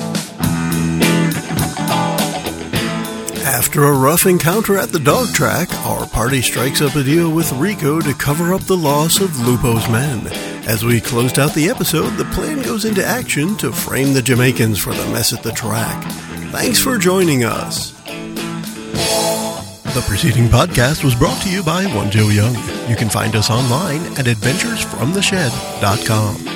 [SPEAKER 1] After a rough encounter at the dog track, our party strikes up a deal with Rico to cover up the loss of Lupo's men. As we closed out the episode, the plan goes into action to frame the Jamaicans for the mess at the track. Thanks for joining us. The preceding podcast was brought to you by One Joe Young. You can find us online at adventuresfromtheshed.com.